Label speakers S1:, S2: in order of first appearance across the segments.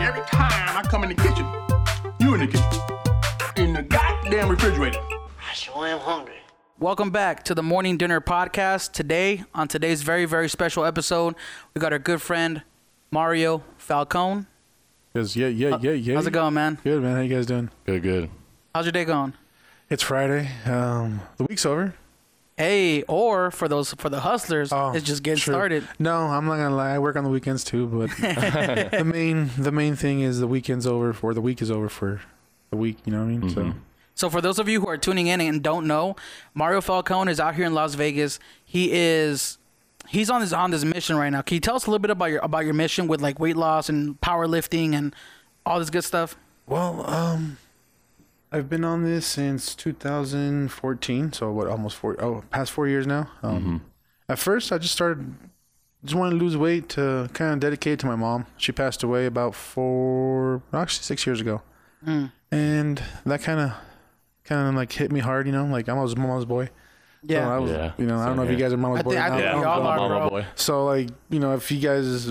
S1: every time I come in the kitchen, you in the kitchen, in the goddamn refrigerator.
S2: I sure am hungry.
S3: Welcome back to the Morning Dinner Podcast. Today, on today's very, very special episode, we got our good friend Mario Falcone.
S4: Yes, yeah, yeah, yeah, yeah.
S3: How's it going, man?
S4: Good, man. How you guys doing?
S5: Good, good.
S3: How's your day going?
S4: It's Friday. Um, the week's over.
S3: Hey, or for those for the hustlers,
S4: Oh,
S3: it's just getting
S4: true.
S3: started.
S4: No, I'm not gonna lie. I work on the weekends too, but the main the main thing is the weekend's over for the week is over for the week. You know what I mean? So
S3: So for those of you who are tuning in and don't know, Mario Falcone is out here in Las Vegas. He is he's on this on this mission right now. Can you tell us a little bit about your about your mission with like weight loss and powerlifting and all this good stuff?
S4: well, um, I've been on this since 2014. So what? Almost four. Oh, past four years now. Um,
S5: Mm-hmm.
S4: at first I just started just wanted to lose weight to kind of dedicate it to my mom. She passed away about four, actually six years ago,
S3: Mm.
S4: and that kind of kind of like hit me hard. You know, like I'm I was a mama's boy. So I was,
S5: Yeah.
S4: you know, I don't know if you
S5: Same here.
S4: guys are mama's
S3: I
S4: boys.
S3: think, I think
S4: now.
S3: we
S5: Yeah.
S3: all
S5: I'm a
S3: are,
S5: mama
S3: bro.
S5: boy.
S4: So like, you know, if you guys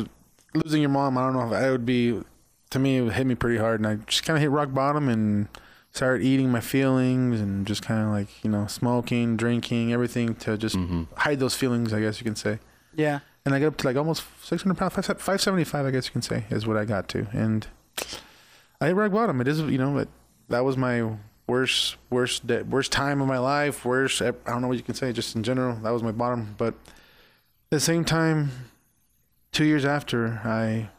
S4: losing your mom, I don't know if that would be to me it would hit me pretty hard and I just kinda hit rock bottom and started eating my feelings and just kinda like, you know, smoking, drinking, everything to just hide those feelings, I guess you can say.
S3: Yeah.
S4: And I got up to like almost six hundred pounds, five five seventy five I guess you can say, is what I got to. And I hit rock bottom. It is you know, it, that was my worst worst day, worst time of my life, worst I don't know what you can say, just in general. That was my bottom. But at the same time, two years after, I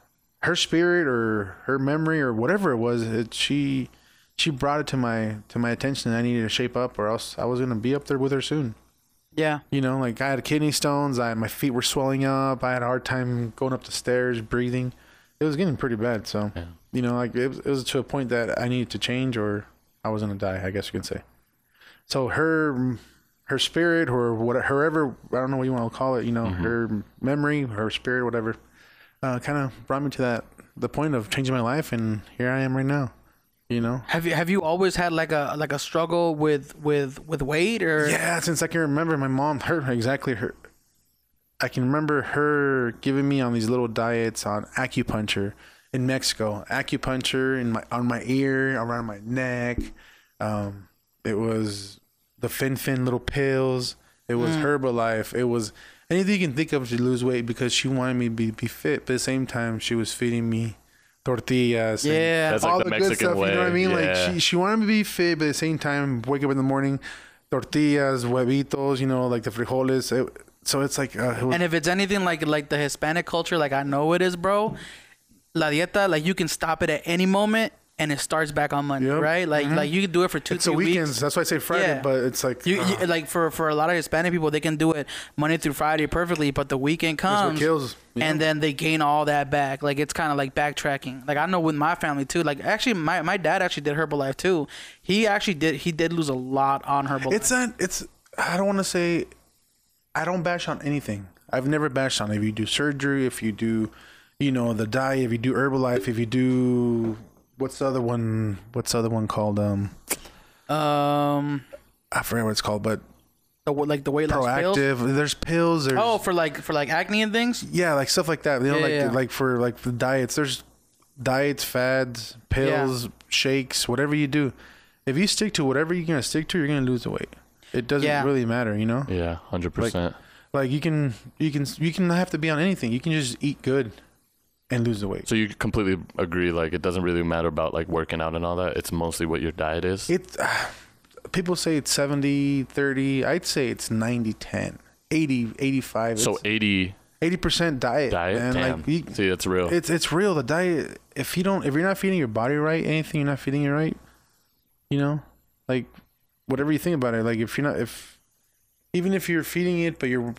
S4: her spirit or her memory or whatever it was, it, she she brought it to my to my attention. I needed to shape up, or else I was gonna be up there with her soon.
S3: Yeah.
S4: You know, like I had kidney stones. I my feet were swelling up. I had a hard time going up the stairs, breathing. It was getting pretty bad. So, you know, like it, was- it was to a point that I needed to change, or I was gonna die. I guess you could say. So her, her spirit, or what, however I don't know what you want to call it. You know, her memory, her spirit, whatever, uh, kind of brought me to that the point of changing my life, and here I am right now. You know,
S3: Have you have you always had like a like a struggle with with with weight or
S4: Yeah, since I can remember, my mom, her exactly her. I can remember her giving me on these little diets on acupuncture in Mexico, acupuncture in my on my ear, around my neck. Um, it was the fin fin little pills. It was Herbalife. It was anything you can think of to lose weight because she wanted me to be, be fit. But at the same time, she was feeding me tortillas. and
S3: Yeah. That's
S5: like the Mexican
S4: You know what I
S5: way,
S4: mean?
S5: yeah.
S4: Like she, she wanted me to be fit, but at the same time, wake up in the morning, tortillas, huevitos, you know, like the frijoles. It, so it's like uh, it was,
S3: And if it's anything like like the Hispanic culture, like I know it is, bro. La dieta, like you can stop it at any moment, and it starts back on Monday,
S4: Yep. Mm-hmm.
S3: right? Like like you can do it for two,
S4: it's a
S3: three
S4: weekends.
S3: weeks.
S4: That's why I say Friday,
S3: Yeah.
S4: but it's like
S3: You,
S4: uh,
S3: you, like for for a lot of Hispanic people, they can do it Monday through Friday perfectly, but the weekend
S4: what
S3: comes,
S4: kills, you
S3: and
S4: know?
S3: then they gain all that back. Like it's kind of like backtracking. Like I know with my family too. Like actually, my, my dad actually did Herbalife too. He actually did he did lose a lot on Herbalife.
S4: it's not. It's I don't want to say. I don't bash on anything. I've never bashed on if you do surgery, if you do, you know, the diet, if you do Herbalife, if you do what's the other one? What's the other one called? Um,
S3: um
S4: I forget what it's called, but
S3: the, like the weight loss pills.
S4: proactive. There's pills. There's
S3: Oh, for like for like acne and things.
S4: Yeah, like stuff like that. You know,
S3: Yeah,
S4: like
S3: yeah.
S4: like for like the diets. There's diets, fads, pills, shakes, whatever you do. If you stick to whatever you're gonna stick to, you're gonna lose the weight. It doesn't
S3: Yeah.
S4: really matter, you know.
S5: Yeah, hundred percent.
S4: Like you can you can you can not have to be on anything. You can just eat good and lose the weight.
S5: So you completely agree? Like it doesn't really matter about like working out and all that. It's mostly what your diet is.
S4: It ah, people say it's 70 30. I'd say it's 90 10. 80 85.
S5: so eighty
S4: 80% diet.
S5: diet.
S4: man.
S5: Damn.
S4: Like you,
S5: See, that's real.
S4: it's it's real. The diet. If you don't, if you're not feeding your body right, anything you're not feeding it right, you know, like whatever you think about it. Like if you're not, if even if you're feeding it, but you're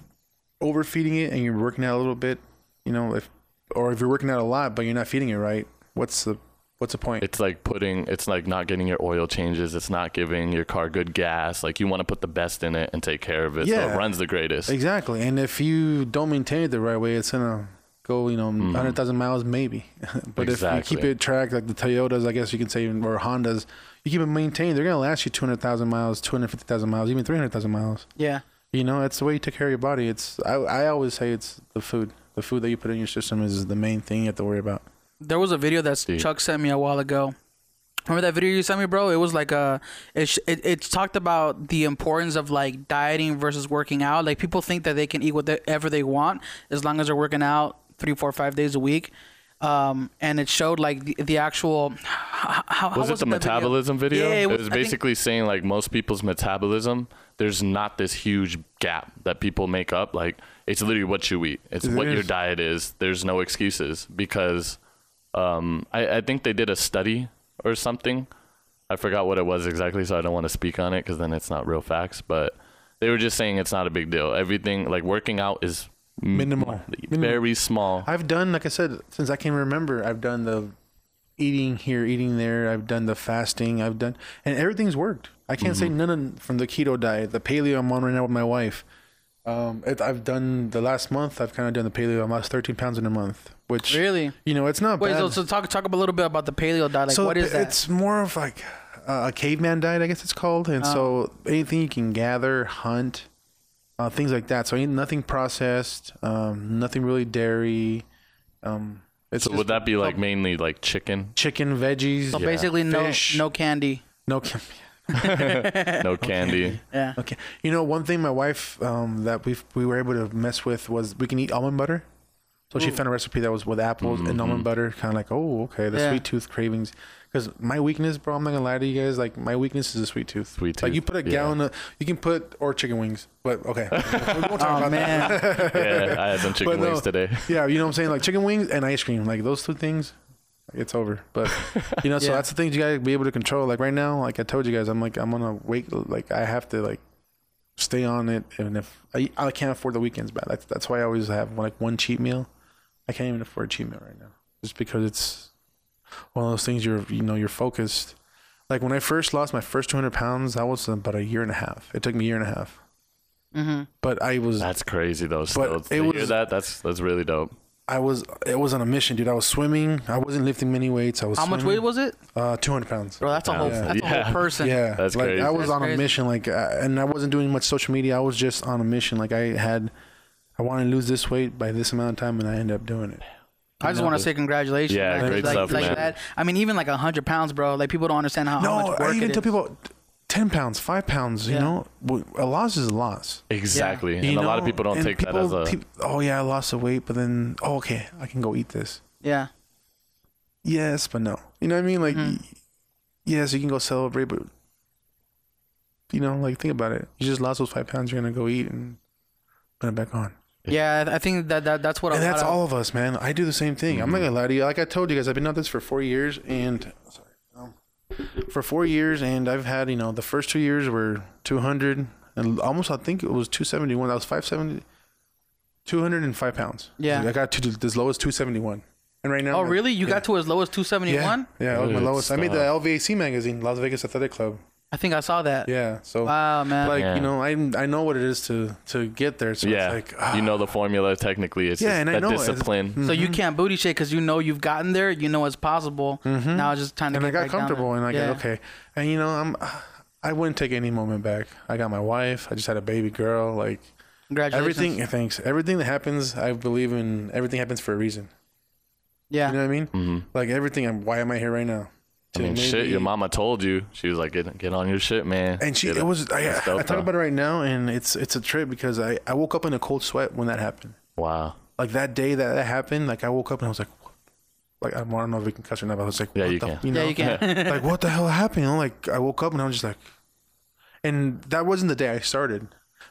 S4: overfeeding it and you're working out a little bit, you know, if or if you're working out a lot but you're not feeding it right, what's the what's the point?
S5: it's like putting. It's like not getting your oil changes. It's not giving your car good gas. Like you want to put the best in it and take care of it. So
S4: Yeah.
S5: it runs the greatest.
S4: exactly. And if you don't maintain it the right way, it's gonna go, you know, hundred thousand miles maybe. but if you keep
S5: Exactly.
S4: it tracked, like the Toyotas, I guess you can say, or Hondas, you keep it maintained, they're gonna last you two hundred thousand miles, two hundred fifty thousand miles, even three hundred thousand miles.
S3: Yeah.
S4: You know, that's the way you take care of your body. It's I, I always say it's the food. The food that you put in your system is the main thing you have to worry about.
S3: There was a video that Chuck sent me a while ago. Remember that video you sent me, bro? It was like a it, sh- it it talked about the importance of like dieting versus working out. Like people think that they can eat whatever they want as long as they're working out three, four, five days a week. Um, and it showed like the, the actual how, how
S5: was, it
S3: that
S5: the
S3: video?
S5: metabolism video?
S3: Yeah,
S5: it was,
S3: I think-
S5: basically saying like most people's metabolism, there's not this huge gap that people make up. Like it's literally what you eat. It's
S4: It
S5: what your
S4: is.
S5: diet is. There's no excuses because um, I, I think they did a study or something. I forgot what it was exactly, so I don't want to speak on it because then it's not real facts. But they were just saying it's not a big deal. Everything like working out is m-
S4: Minimal.
S5: very small.
S4: I've done, like I said, since I can remember, I've done the eating here, eating there. I've done the fasting. I've done, and everything's worked. I can't say
S3: Mm-hmm.
S4: none of, from the keto diet, the paleo I'm on right now with my wife. Um, it, I've done the last month. I've kind of done the paleo. I lost 13 pounds in a month, which
S3: Really?
S4: you know, it's not
S3: Wait,
S4: bad.
S3: so, so talk talk a little bit about the paleo diet. Like,
S4: So
S3: what is that?
S4: It's more of like uh, a caveman diet, I guess it's called. And
S3: Oh.
S4: so anything you can gather, hunt, uh, things like that. So ain't nothing processed, um, nothing really dairy. Um, it's
S5: So
S4: just
S5: would that be like mainly like chicken,
S4: chicken, veggies,
S3: so basically no
S4: fish.
S3: no candy.
S4: no. chem-
S5: no candy?
S3: Yeah.
S4: Okay, you know one thing my wife um, that we we were able to mess with was we can eat almond butter. So she found a recipe that was with apples
S5: Mm-hmm.
S4: and almond butter, kind of like, oh, okay, the
S3: Yeah.
S4: sweet tooth cravings. Because my weakness, bro, I'm not gonna lie to you guys. Like my weakness is a sweet tooth.
S5: Sweet
S4: Like you
S5: tooth,
S4: put a
S5: yeah.
S4: gallon, of, you can put or chicken wings, but okay.
S3: Oh man,
S5: yeah, I had some chicken
S4: But no.
S5: wings today.
S4: yeah, you know what I'm saying? Like chicken wings and ice cream, like those two things, it's over. But you know, so
S3: Yeah.
S4: that's the things you gotta be able to control. Like right now, like I told you guys, I'm like I'm on a weight. Like I have to like stay on it, and if I I can't afford the weekends, but that's that's why I always have like one cheat meal. I can't even afford a cheat meal right now, just because it's one of those things you're you know you're focused. Like when I first lost my first 200 pounds, that was about a year and a half. It took me a year and a half. Mm-hmm. But I was
S5: That's crazy though. Still,
S4: it
S5: to hear
S4: was-
S5: that, that's that's really dope.
S4: I was it was on a mission, dude. I was swimming. I wasn't lifting many weights. I was
S3: how much weight was it,
S4: Uh, two hundred pounds.
S3: bro? That's a whole
S5: Yeah.
S3: that's a
S5: Yeah.
S3: whole person.
S4: Yeah,
S5: That's
S4: like
S5: crazy.
S4: I was on a
S3: crazy.
S4: mission, like, uh, and I wasn't doing much social media. I was just on a mission. Like I had, I wanted to lose this weight by this amount of time, and I ended up doing it.
S3: I just want to say congratulations.
S5: Yeah,
S3: man, 'cause
S5: great
S3: like,
S5: stuff,
S3: like
S5: man.
S3: That, I mean, even like hundred pounds, bro. Like people don't understand how, how
S4: no,
S3: much
S4: I
S3: work
S4: even
S3: it
S4: tell
S3: is.
S4: people ten pounds, five pounds. You
S3: Yeah.
S4: know, Well, a loss is a loss.
S5: Exactly,
S4: You
S5: and a lot of
S4: know?
S5: people don't
S4: And
S5: take
S4: people-
S5: that as a.
S4: peop- oh yeah, I lost the weight, but then oh okay, I can go eat this.
S3: Yeah,
S4: Yes, but no. You know what I mean? Like, y- yes, you can go celebrate, but you know, like, think about it. You just lost those five pounds. You're gonna go eat and put it back on.
S3: yeah. I- I think that, that that's what.
S4: And
S3: a
S4: that's
S3: lot of-
S4: all of us, man. I do the same thing. I'm not gonna lie to you. Like I told you guys, I've been at this for four years, and sorry, um, for four years, and I've had you know the first two years were 200 and almost I think it was 271. That was 570, 205 pounds.
S3: Yeah.
S4: I got to as low as 271. And right now,
S3: Oh
S4: I'm at-
S3: really? You
S4: Yeah.
S3: got to as low as two seventy
S4: Yeah,
S3: one?
S4: yeah, that was my
S5: Good
S4: lowest. I made the
S5: stuff.
S4: LVAC magazine, Las Vegas Athletic Club.
S3: I think I saw that.
S4: Yeah, so
S3: Wow, man.
S4: like
S5: Yeah.
S4: you know, I I know what it is to to get there. So
S5: Yeah,
S4: it's like ah,
S5: you know the formula technically. It's
S4: Yeah,
S5: just
S4: and I
S5: that
S4: know Hmm. it.
S5: discipline.
S3: so
S4: mm-hmm.
S3: you can't booty shake because you know you've gotten there. You know it's possible. Now it's just time to.
S4: Mm-hmm. and
S3: get
S4: I got
S3: back down
S4: comfortable,
S3: there.
S4: and I
S3: yeah.
S4: got okay, and you know, I'm I wouldn't take any moment back. I got my wife. I just had a baby girl. Like
S3: Congratulations.
S4: everything, thanks. Everything that happens, I believe in. Everything happens for a reason.
S3: Yeah.
S4: You know what I mean? Like everything. I'm, why am I here right now?
S5: Mm-hmm. I mean,
S4: To
S5: shit.
S4: maybe-
S5: Your mama told you. She was like, "Get, get on your shit, man."
S4: And she,
S5: Get
S4: it was. I,
S5: That's dope,
S4: I talk
S5: huh?
S4: about it right now, and it's it's a trip because I I woke up in a cold sweat when that happened.
S5: Wow.
S4: like that day that that happened, like I woke up and I was like, what? like I don't know if we can cuss or not, but I was like,
S5: Yeah,
S4: what
S5: you
S4: the,
S5: can.
S3: Yeah, you can.
S4: like what the hell happened? You know, like I woke up and I was just like, and that wasn't the day I started.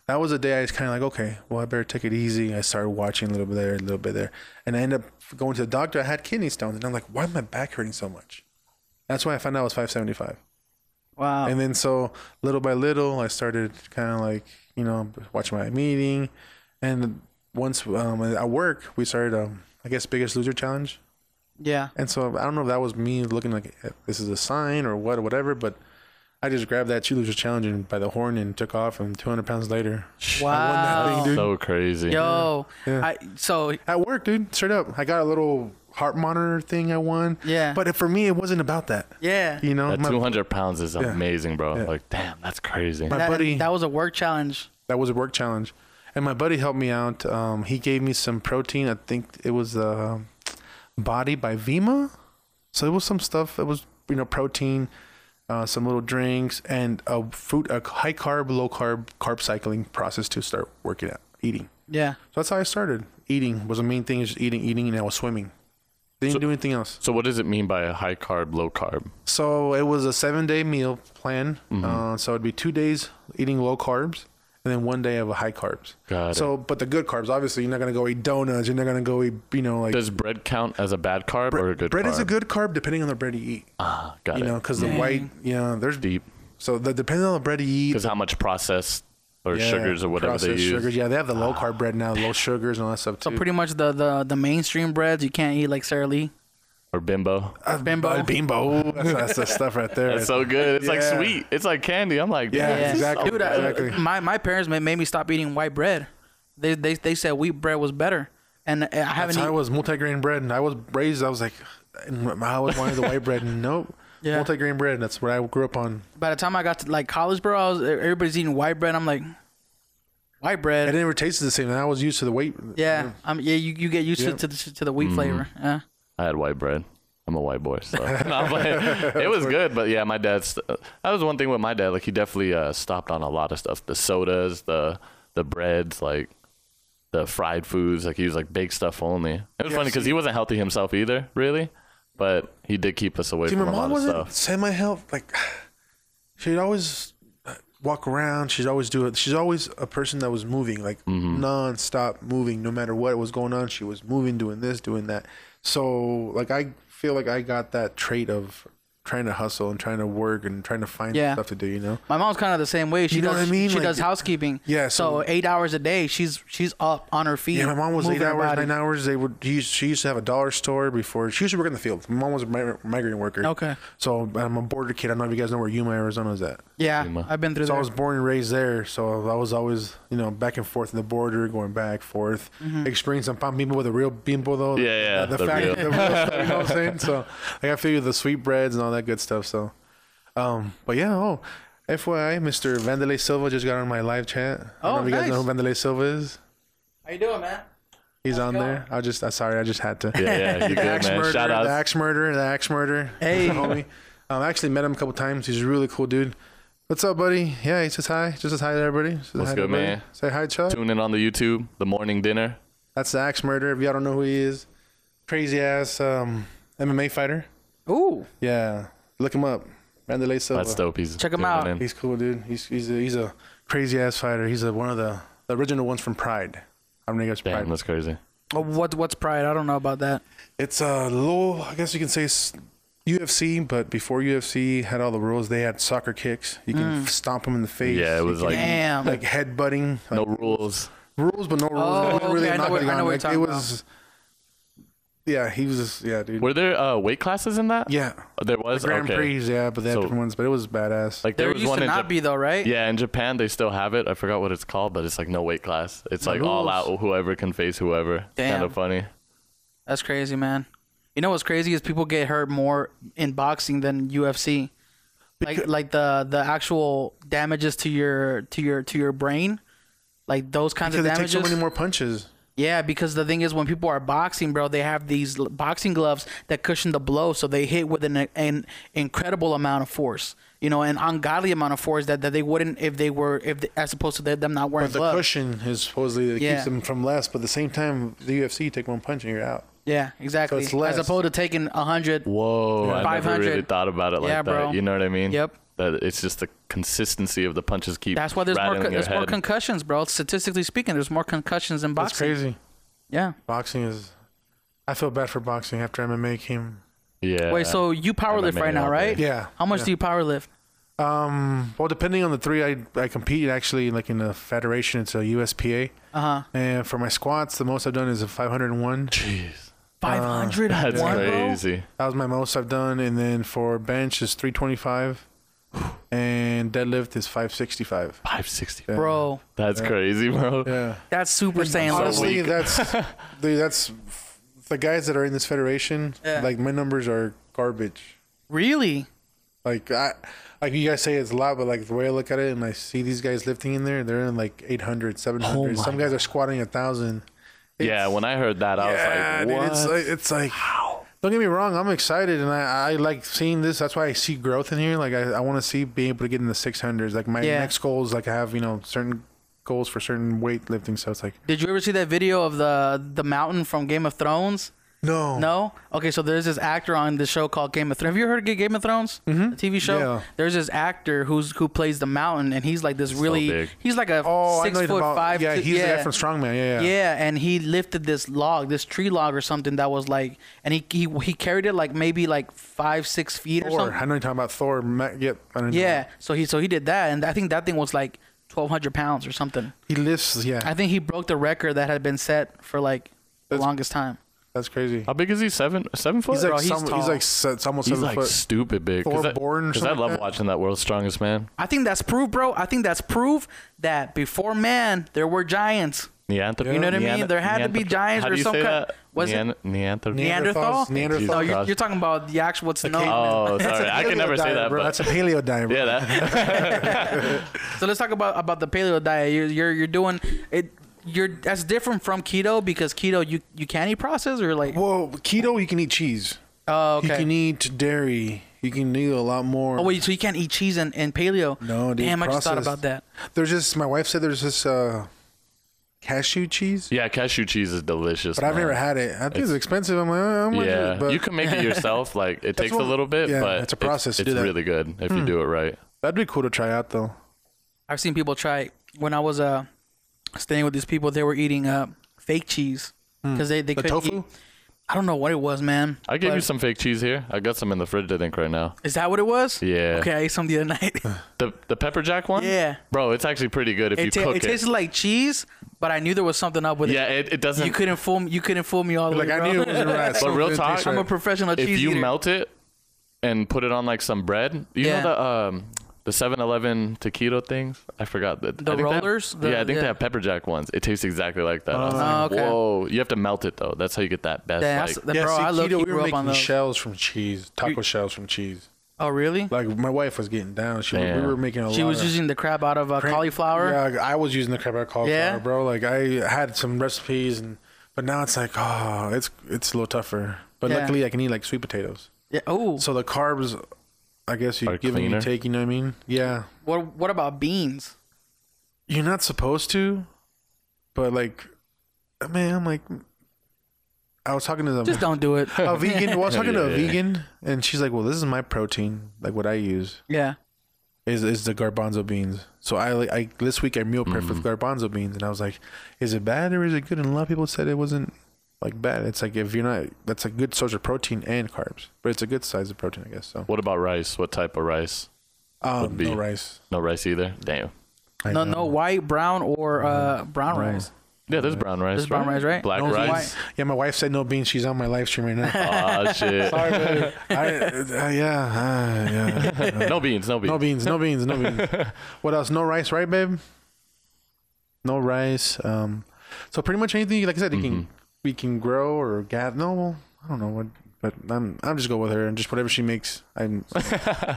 S4: That was the day I was kind of like, okay, well, I better take it easy. I started watching a little bit there, a little bit there, and I ended up going to the doctor. I had kidney stones, and I'm like, why am my back hurting so much? That's why I found out it was 575.
S3: wow.
S4: And then so little by little, I started kind of like you know watching my meeting, and once um, at work we started um, I guess Biggest Loser challenge.
S3: yeah.
S4: And so I don't know if that was me looking like eh, this is a sign or what, whatever, but I just grabbed that Two Loser challenge and by the horn and took off. And 200 pounds later,
S3: Wow.
S4: thing, dude.
S5: So crazy.
S3: Yo. I, so
S4: at work, dude, straight up, I got a little heart monitor thing I won.
S3: Yeah.
S4: But for me, it wasn't about that.
S3: yeah.
S4: You know,
S5: That
S4: my,
S5: 200 pounds is amazing, bro.
S4: Yeah.
S5: Like, damn, that's crazy.
S4: my
S3: that,
S4: buddy.
S3: that was a work challenge.
S4: That was a work challenge, and my buddy helped me out. Um, he gave me some protein. I think it was uh, Body by Vima. So it was some stuff that was you know protein, uh, some little drinks, and a food, a high carb, low carb, carb cycling process to start working out, eating.
S3: Yeah.
S4: So that's how I started. Eating was the main thing, is just eating, eating, and I was swimming. Didn't do anything else.
S5: So what does it mean by a high carb, low carb?
S4: So it was a seven day meal plan.
S5: Mm-hmm.
S4: Uh, so it'd be two days eating low carbs and then one day of a high carbs.
S5: Got it.
S4: so, but the good carbs, obviously, you're not going to go eat donuts. You're not going to go eat, you know, like.
S5: Does bread count as a bad carb or a good
S4: bread
S5: carb?
S4: is a good carb depending on the bread you eat.
S5: Ah, got
S4: you
S5: it.
S4: know, because the white, you know, there's.
S5: Deep.
S4: So the, depending on the bread you eat.
S5: Because how much processed or
S4: yeah,
S5: sugars or whatever they
S4: processed
S5: use. Ah.
S4: Sugars. Yeah, they have the low carb bread now, low sugars and all that stuff too.
S3: So Oh, pretty much the, the, the mainstream breads you can't eat like Sara Lee.
S5: Or bimbo.
S3: Bimbo.
S4: But Uh, bimbo. That's, that's the stuff right there.
S5: That's so good. It's like
S4: Yeah.
S5: sweet. It's like candy. I'm like,
S4: Yeah,
S5: "Damn, this is
S4: exactly,
S5: so
S3: Dude, I-
S5: good."
S4: exactly.
S3: my, my parents made, made me stop eating white bread. They, they, they said wheat bread was better. And I
S4: That's
S3: haven't
S4: how I
S3: eaten.
S4: was multigrain bread, and I was raised. I was like, I always wanted the white bread. and Nope,
S3: Yeah.
S4: multigrain bread. That's what I grew up on.
S3: By the time I got to like college, bro, I was, e, everybody's eating white bread. I'm like, white
S4: It
S3: bread.
S4: never tasted the same, and I was used to the weight.
S3: Yeah, I'm, yeah. You, you get used
S4: Yeah. Mm-hmm.
S3: to, to the to the wheat flavor. Yeah.
S5: I had white bread. I'm a white boy, so No, but it was good. But yeah, my dad's that was one thing with my dad. Like he definitely uh, stopped on a lot of stuff: the sodas, the the breads, like the fried foods. Like he was like baked stuff only. It was funny 'cause funny because he wasn't healthy himself either, really. But he did keep us away
S4: See,
S5: from
S4: my
S5: a lot
S4: mom
S5: of
S4: wasn't
S5: stuff.
S4: semi health. Like, she'd always uh, walk around. She'd always do it. She's always a person that was moving, like
S5: Mm-hmm.
S4: non-stop moving, no matter what was going on. She was moving, doing this, doing that. So, like, I feel like I got that trait of trying to hustle and trying to work and trying to find
S3: Yeah.
S4: stuff to do. You know.
S3: My mom's kind of the same way. She
S4: You know
S3: does.
S4: what I mean?
S3: She
S4: Like-
S3: does housekeeping.
S4: Yeah,
S3: So,
S4: so-
S3: eight hours a day, she's she's up on her feet.
S4: Yeah, my mom was eight
S3: moving her
S4: hours,
S3: body.
S4: nine hours. They would. She used, she used to have a dollar store before. She used to work in the field. My mom was a mi- migrant worker.
S3: Okay.
S4: So I'm a border kid. I don't know if you guys know where Yuma, Arizona is at.
S3: Yeah,
S5: Prima.
S3: I've been through.
S4: So I
S3: there.
S4: was born and raised there. So I was always, you know, back and forth in the border, going back forth,
S3: Mm-hmm.
S4: experiencing some bimbo with a real bimbo though.
S5: Yeah, yeah,
S4: The,
S5: the
S4: fact,
S5: real.
S4: the real stuff, you know what I'm saying? So like, I feel you, the sweetbreads and all that good stuff. So, um, but yeah, oh. FYI, Mr. Vandalay Silva just got on my live chat. I
S3: Oh,
S4: don't know if you guys know
S3: nice.
S4: who Vandalay Silva is.
S3: How you doing, man?
S4: He's on there. I just, I sorry, I just had to.
S5: Yeah, yeah, you good
S4: axe
S5: man.
S4: murderer,
S5: Shout
S4: the
S5: out.
S4: axe murderer, the axe murderer.
S3: Hey.
S4: homie. Um, I actually met him a couple times. He's a really cool dude. What's up, buddy? Yeah, he says hi. Just says hi to everybody. Says
S5: What's
S4: hi to
S5: good,
S4: everybody.
S5: man?
S4: Say hi, Chuck.
S5: Tune in on the YouTube. The morning dinner.
S4: That's the axe murderer. If y'all don't know who he is, crazy ass um, MMA fighter.
S3: Ooh,
S4: Yeah, look him up. Mandalay Silva.
S5: That's dope. He's
S3: Check 'em
S5: tuning
S3: out.
S5: in.
S4: He's cool, dude. He's he's a, he's a crazy ass fighter. He's a, one of the, the original ones from Pride. I don't know you guys
S5: Damn,
S4: Pride.
S5: that's crazy.
S3: Oh, what what's pride? I don't know about that.
S4: It's a little, I guess you can say s- UFC, but before UFC had all the rules, they had soccer kicks. You can
S3: Mm.
S4: f stomp them in the face.
S5: Yeah, it
S4: You
S5: was
S4: can-
S5: like
S3: Damn.
S4: like headbutting,
S5: no
S4: like
S5: rules.
S4: rules, but no rules.
S3: Oh,
S4: It wasn't
S3: okay, I know
S4: an
S3: what- I know
S4: octagon.
S3: what
S4: Like,
S3: you're
S4: it
S3: talking
S4: was. Yeah, he was. just- Yeah, dude.
S5: Were there uh, weight classes in that? Oh,
S4: Yeah,
S5: There was
S4: Grand
S5: okay.
S4: Prix. Yeah, but they had
S5: So-
S4: different ones. But it was badass.
S5: Like there,
S3: There
S5: was
S3: used
S5: one
S3: to
S5: in
S3: not
S5: Jap-
S3: be though, right?
S5: Yeah, in Japan they still have it. I forgot what it's called, but it's like no weight class. It's like all
S4: rules.
S5: out. Whoever can face whoever. Kind
S3: Damn.
S5: of funny.
S3: That's crazy, man. You know what's crazy is people get hurt more in boxing than UFC. Like like the the actual damages to your to your to your brain, like those kinds
S4: because
S3: of
S4: they take
S3: damages.
S4: so many more punches.
S3: Yeah, because the thing is, when people are boxing, bro, they have these l- boxing gloves that cushion the blow, so they hit with an, an incredible amount of force, you know, an ungodly amount of force that, that they wouldn't if they were if they, as opposed to the- them not wearing
S4: But the
S3: gloves.
S4: cushion is supposedly that
S3: Yeah.
S4: keeps them from less. But at the same time, the UFC you take one punch and you're out.
S3: Yeah, exactly.
S4: it's less.
S3: As opposed to taking a hundred.
S5: Whoa, I never
S3: 500.
S5: really thought about it like
S3: Yeah,
S5: that.
S3: bro.
S5: You know what I mean?
S3: Yep.
S5: That it's just the consistency of the punches keep.
S3: That's why there's more
S5: rattling
S3: co-
S5: your
S3: there's more
S5: head.
S3: concussions, bro. Statistically speaking, there's more concussions in boxing.
S4: That's crazy.
S3: Yeah.
S4: Boxing is. I feel bad for boxing after MMA came.
S5: yeah.
S3: Wait, so you power lift
S5: MMA
S3: right now,
S5: out
S3: right?
S4: there. Yeah. Uh,
S3: How much do you power lift?
S4: Um, well, depending on the three, I I compete actually like in the federation. It's a USPA.
S3: Uh huh.
S4: And for my squats, the most I've done is a 501.
S5: Jeez,
S3: Five hundred.
S5: that's
S3: one, bro?
S5: crazy.
S4: That was my most I've done. And then for bench is 325, and deadlift is 565.
S5: Five sixty.
S3: Bro.
S5: That's crazy, bro.
S4: Yeah.
S3: that's super saiyan level.
S4: Honestly, that's dude, that's the guys that are in this federation.
S3: Yeah.
S4: Like my numbers are garbage.
S3: Really?
S4: Like I, like you guys say it's a lot, but like the way I look at it, and I see these guys lifting in there, they're in like 800, 700.
S5: my
S4: Some guys are squatting a thousand.
S5: Yeah. When I heard that, I was like,
S4: dude,
S5: what?
S4: it's like it's like Don't get me wrong. I'm excited, and I, I like seeing this. That's why I see growth in here. Like I, I want to see being able to get in the 600s. Like my
S3: Yeah.
S4: next goal is like I have you know certain goals for certain weightlifting. So it's like
S3: Did you ever see that video of the the mountain from Game of Thrones?
S4: no,
S3: No. Okay, so there's this actor on the show called Game of Thrones. Have you heard of Game of Thrones? Mm-hmm. The TV show.
S4: Yeah.
S3: There's this actor who's who plays the mountain, and he's like this really.
S5: big.
S3: He's like a
S4: Oh,
S3: six
S4: I know you're
S3: foot
S4: talking about.
S3: five.
S4: Yeah,
S3: two-
S4: he's the guy from Strongman. Yeah, yeah.
S3: Yeah, and he lifted this log, this tree log or something that was like, and he he, he carried it like maybe like five six feet or
S4: Thor.
S3: something.
S4: I know you're talking about Thor. Ma- Yep. I know you're talking
S3: Yeah,
S4: about-
S3: so he so he did that, and I think that thing was like twelve hundred pounds or something.
S4: He lifts. Yeah.
S3: I think he broke the record that had been set for like the
S4: That's-
S3: longest time.
S4: That's crazy.
S5: How big is he? Seven seven foot?
S4: He's like
S3: Bro, he's
S4: some, he's,
S3: tall.
S4: like se- it's almost
S5: He's
S4: seven
S5: like
S4: foot.
S5: stupid big.
S4: Thor
S5: Because I,
S4: Born or
S5: 'cause I
S4: something
S5: love
S4: like that?
S5: watching that World's Strongest Man.
S3: I think that's proof, bro. I think that's proof that before man there were giants.
S5: Neanderthal.
S4: You know what I
S3: mean? There had to be giants
S5: How
S3: or
S5: do you
S3: some
S5: say
S3: kind-
S5: that?
S3: was it-
S5: Neanderthal.
S3: Neanderthal.
S4: Neanderthals, Neanderthals.
S3: No, you're,
S5: Neanderthals.
S3: you're talking about the actual what's known.
S5: Oh, sorry. I can never say
S4: Paleo
S5: that,
S4: diet, bro.
S5: but
S4: That's a paleo diet, bro.
S5: yeah, that.
S3: So let's talk about about the paleo diet. You're you're, you're doing it. You're that's different from keto because keto you you can eat processed or like.
S4: Well, keto, you can eat cheese.
S3: Oh,
S4: You
S3: okay.
S4: can eat dairy. You can eat a lot more.
S3: oh wait, so you can't eat cheese and, and paleo?
S4: No, dude.
S3: Damn, I just thought
S4: processed.
S3: about that.
S4: There's this. My wife said there's this uh, cashew cheese,
S5: yeah, cashew cheese is delicious.
S4: but I've
S5: man.
S4: never had it. I think it's, expensive. I'm like, oh, I'm gonna do it,
S5: Yeah,
S4: but
S5: you can make it yourself. Like it takes
S4: what-
S5: a little bit,
S4: yeah,
S5: but
S4: it's a process to
S5: It's,
S4: do that. Hmm.
S5: really good if you do it right.
S4: that'd be cool to try out though.
S3: I've seen people try it. when I was uh staying with these people. They were eating uh fake cheese
S4: Hmm.
S3: because they they
S4: The
S3: couldn't
S4: tofu?
S3: eat. I don't know what it was, man.
S5: I gave
S3: But-
S5: you some fake cheese here. I got some in the fridge. I think right now.
S3: Is that what it was?
S5: Yeah.
S3: Okay, I ate some the other night.
S5: The the pepper jack one.
S3: Yeah.
S5: bro, it's actually pretty good if you
S3: it, ta-
S5: cook
S3: it
S5: it.
S3: tasted like cheese, but I knew there was something up with
S5: yeah,
S3: it.
S5: it, it doesn't.
S3: You couldn't fool me. You couldn't fool me all the
S4: Like
S3: way.
S4: I
S3: bro.
S4: knew it wasn't right. so
S5: real
S4: it didn't taste
S5: talk-
S3: I'm a
S4: right.
S3: professional cheese
S5: if you
S3: eater.
S5: melt it and put it on like some bread, you
S3: Yeah.
S5: know the um the 7-Eleven taquito things. I forgot that
S3: The
S5: I think they have-
S3: rollers? The-
S5: yeah, I think
S3: yeah.
S5: they have pepper jack ones. It tastes exactly like that. I was
S4: Oh,
S5: like,
S3: okay.
S5: Whoa, you have to melt it though. That's how you get that best.
S3: Damn,
S5: like-
S3: that's- that-
S4: Yeah,
S3: bro,
S4: see,
S3: I love
S4: keto, we were
S3: up on
S4: making
S3: those.
S4: shells from cheese, taco shells from cheese.
S3: oh really?
S4: Like my wife was getting down. She
S5: Damn.
S4: we were making a lot.
S3: She was
S4: of-
S3: using the crap out of uh, cauliflower.
S4: Yeah, I was using the crap out of cauliflower,
S3: Yeah?
S4: bro. Like I had some recipes, and but now it's like, oh, it's it's a little tougher. But
S3: Yeah.
S4: luckily, I can eat like sweet potatoes.
S3: Yeah. Oh,
S4: So the carbs, I guess you
S5: Are
S4: give and you
S5: cleaner?
S4: take. You know what I mean? Yeah.
S3: what what about beans?
S4: You're not supposed to, but like, man, I'm like, I was talking to them.
S3: Just don't do it.
S4: a vegan. Well, I was talking to a
S5: Yeah, yeah.
S4: vegan, and she's like, "Well, this is my protein. Like what I use
S3: yeah.
S4: is is the garbanzo beans. So I like I this week I meal prep with
S5: Mm-hmm.
S4: garbanzo beans, and I was like, "Is it bad or is it good?" And a lot of people said it wasn't like bad. It's like if you're not, that's a good source of protein and carbs, but it's a good size of protein, I guess. So
S5: What about rice? What type of rice?
S4: um,
S5: be.
S4: no rice.
S5: No rice either. Damn.
S4: I
S3: No,
S4: know.
S3: no white, brown, or uh, brown
S4: No.
S3: rice.
S5: Yeah, there's brown rice.
S3: There's brown rice, right?
S5: Black
S3: No, it's
S5: rice.
S4: Yeah, my wife said no beans. She's on my live stream right now.
S5: Ah shit.
S4: Sorry, babe. I, uh, yeah, uh, yeah.
S5: no beans. No beans.
S4: No beans, no beans, no beans. what else? No rice, right, babe? No rice. Um, so pretty much anything, like I said, you can we can grow or gather. No, well, I don't know what, but I'm I'm just go with her and just whatever she makes. I'm
S3: So
S5: Yeah, just
S3: I, I,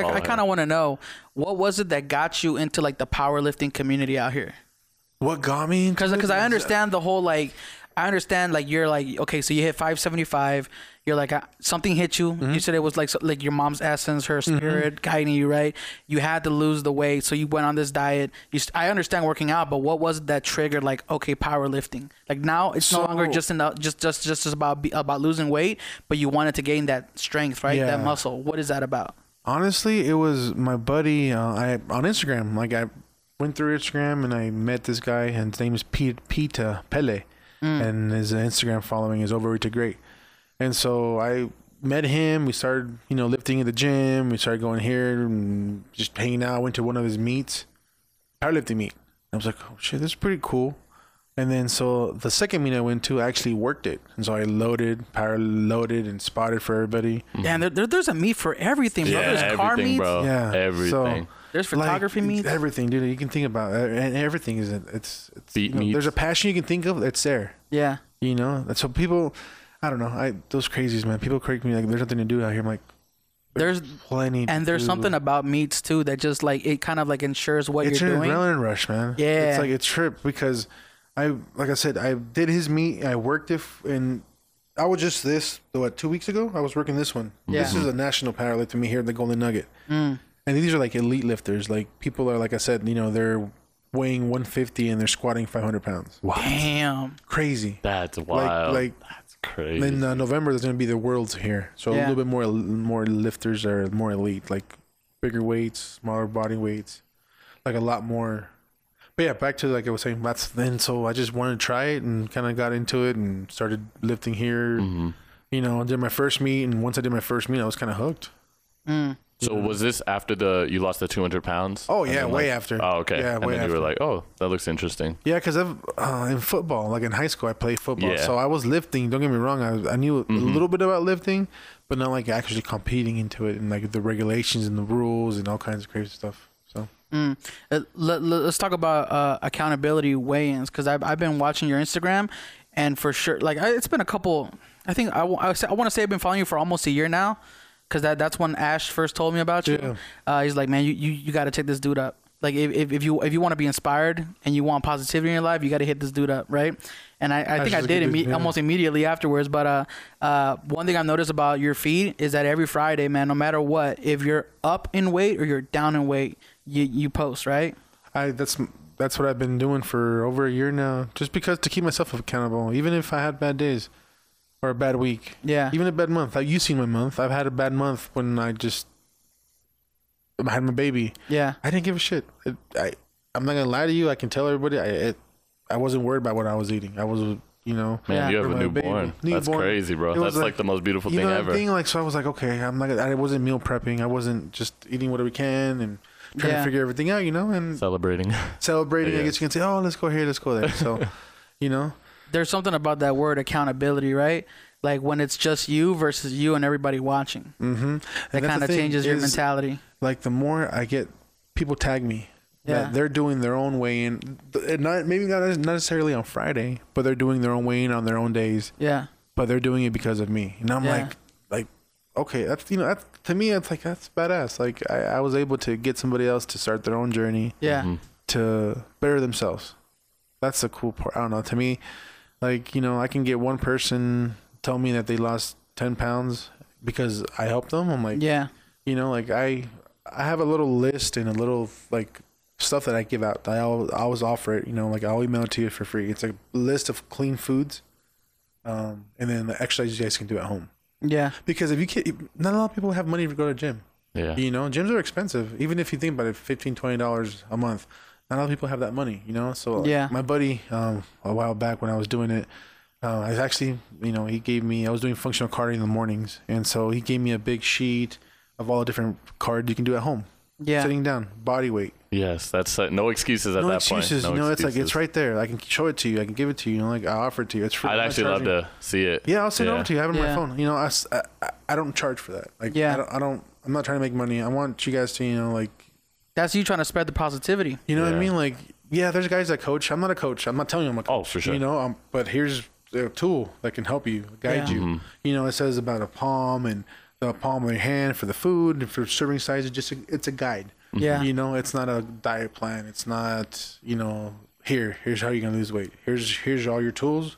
S5: follow
S3: I
S5: him.
S3: kind of want to know what was it that got you into like the powerlifting community out here?
S4: what got me?
S3: Because I understand the whole like I understand like you're like okay, so you hit 575. You're like I, something hit you.
S4: Mm-hmm.
S3: You said it was like so- like your mom's essence, her spirit guiding you, right? You had to lose the weight, so you went on this diet. You, st- I understand working out, but what was it that triggered like okay, powerlifting? Like now it's no longer
S4: So-
S3: just enough, just just just about be, about losing weight, but you wanted to gain that strength, right? That
S4: Yeah.
S3: muscle. What is that about?
S4: Honestly, it was my buddy. Uh, I on Instagram. Like I went through Instagram and I met this guy, and his name is Pete, Pita Pele, and his Instagram following is overweight to great. And so I met him. We started, you know, lifting at the gym. We started going here and just hanging out. Went to one of his meets, powerlifting meet. I was like, oh shit, this is pretty cool. And then so the second meet I went to, I actually worked it, and so I loaded, power loaded, and spotted for everybody.
S3: Damn, there, there, there's a meat for everything, bro.
S5: Mm-hmm. Yeah,
S3: there's car
S5: everything,
S3: meats.
S5: bro.
S4: Yeah, so-
S5: Everything.
S3: There's
S4: Like,
S3: photography meets.
S4: everything, dude. You can think about it. and everything is it's, it's
S5: Beat
S4: you know,
S5: meats.
S4: There's a passion you can think of. It's there.
S3: yeah.
S4: You know. And So people, I don't know. I those crazies, man. People crank me like there's nothing to do out here. I'm like
S3: There's
S4: plenty. to
S3: and there's
S4: do.
S3: something about meats too that just like it kind of like ensures what
S4: It's
S3: you're
S4: an
S3: doing.
S4: adrenaline rush, man.
S3: Yeah.
S4: It's like a trip because I, like I said, I did his meet. I worked it, f- and I was just this what two weeks ago. I was working this one. This
S3: Yeah. Mm.
S4: is a national powerlifting to me here at the Golden Nugget, and these are like elite lifters. Like people are like I said, you know, they're weighing 150 and they're squatting 500 pounds.
S3: Damn.
S4: Crazy.
S5: That's wild.
S4: like-
S5: that's crazy.
S4: Then uh, November there's going to be the worlds here, so a
S3: Yeah.
S4: little bit more more lifters are more elite, like bigger weights, smaller body weights, like a lot more. But yeah, back to like I was saying, that's then. So I just wanted to try it and kind of got into it and started lifting here. You know, did my first meet, and once I did my first meet, I was kind of hooked.
S5: so was this after the you lost the 200 pounds?
S4: Oh
S5: And
S4: yeah,
S5: then,
S4: way
S5: like-
S4: after.
S5: Oh okay.
S4: Yeah,
S5: and
S4: way
S5: then
S4: after.
S5: you were like, oh, that looks interesting.
S4: Yeah, because I've uh, in football, like in high school, I played football,
S5: Yeah.
S4: so I was lifting. Don't get me wrong, I, I knew a little bit about lifting, but not like actually competing into it and like the regulations and the rules and all kinds of crazy stuff. So
S3: Uh, let, let- let's talk about uh, accountability weigh-ins because I've, I've been watching your Instagram, and for sure, like I, it's been a couple. I think I, w- I, was- I want to say I've been following you for almost a year now, because that that's when Ash first told me about you.
S4: Yeah.
S3: Uh, he's like, man, you, you, you got to take this dude up. Like if, if, if you if you want to be inspired and you want positivity in your life, you got to hit this dude up, right? And I, I think I
S4: is a
S3: did
S4: good dude,
S3: imme-
S4: yeah.
S3: almost immediately afterwards. But uh, uh, one thing I've noticed about your feed is that every Friday, man, no matter what, if you're up in weight or you're down in weight, you you post, right?
S4: I that's that's what I've been doing for over a year now, just because to keep myself accountable, even if I had bad days or a bad week.
S3: Yeah.
S4: Even a bad month. Like, You've seen my month. I've had a bad month when I just I had my baby.
S3: Yeah.
S4: I didn't give a shit. It, I I'm not gonna lie to you. I can tell everybody. I it, I wasn't worried about what I was eating. I was, you know,
S5: Man, you have
S4: for
S5: a
S4: my baby.
S5: newborn. That's
S4: Newborn.
S5: crazy, bro.
S4: It was
S5: That's like, the most beautiful
S4: you
S5: thing
S4: know,
S5: ever.
S4: the Thing like so, I was like, okay, I'm like, I wasn't meal prepping. I wasn't just eating whatever we can and trying
S3: Yeah.
S4: to figure everything out, you know, and
S5: Celebrating.
S4: celebrating. I
S5: Yeah.
S4: guess you can say, oh, let's go here, let's go there. So, you know,
S3: There's something about that word accountability, right? Like when it's just you versus you and everybody watching. Mm-hmm. That
S4: Mm. that's the
S3: kind of
S4: thing
S3: changes your
S4: is-
S3: mentality.
S4: like the more I get people tag me
S3: Yeah.
S4: that they're doing their own way in, th- not maybe not not necessarily on Friday, but they're doing their own way in on their own days.
S3: Yeah.
S4: but they're doing it because of me. And I'm
S3: Yeah.
S4: like, like, okay, that's you know, that's to me, that's like that's badass. Like I, I was able to get somebody else to start their own journey
S3: Yeah.
S4: to better themselves. That's the cool part. I don't know. To me, like you know, I can get one person tell me that they lost ten pounds because I helped them. I'm like,
S3: Yeah.
S4: you know, like I, I have a little list and a little like stuff that I give out. I al- I always offer it. You know, like I'll email it to you for free. It's a list of clean foods, um, and then the exercises you guys can do at home.
S3: Yeah.
S4: Because if you can, not a lot of people have money to go to gym.
S5: Yeah.
S4: You know, gyms are expensive. Even if you think about it, $15, 20 a month. Not a lot of people have that money, you know? So, like,
S3: Yeah.
S4: my buddy, um, a while back when I was doing it, uh, I was actually, you know, he gave me, I was doing functional cardio in the mornings. And so he gave me a big sheet of all the different cards you can do at home.
S3: Yeah.
S4: Sitting down, body weight.
S5: Yes, that's uh, no excuses at
S4: No
S5: that
S4: excuses.
S5: point.
S4: you know, it's like,
S5: excuses.
S4: it's right there. I can show it to you. I can give it to you. You know, like I offer it to you. It's free.
S5: I'd
S4: I'm not
S5: actually love
S4: charging-
S5: to see it.
S4: yeah, I'll send it over to you. I have it on
S3: Yeah.
S4: my phone. You know, I, s- I- I- I don't charge for that. Like,
S3: Yeah.
S4: I don't, I don't, I'm not trying to make money. I want you guys to, you know, like,
S3: That's you trying to spread the positivity.
S4: you know what
S5: Yeah.
S4: I mean? Like, yeah, there's guys that coach. I'm not a coach. I'm not telling you I'm a coach.
S5: Oh, for sure.
S4: You know, um, but here's a tool that can help you, guide
S3: Yeah.
S4: you.
S5: Mm-hmm.
S4: You know, it says about a palm and the palm of your hand for the food and for serving sizes. Just a, it's a guide.
S5: Mm-hmm.
S3: Yeah.
S4: You know, it's not a diet plan. It's not, you know, here, here's how you're going to lose weight. Here's, here's all your tools.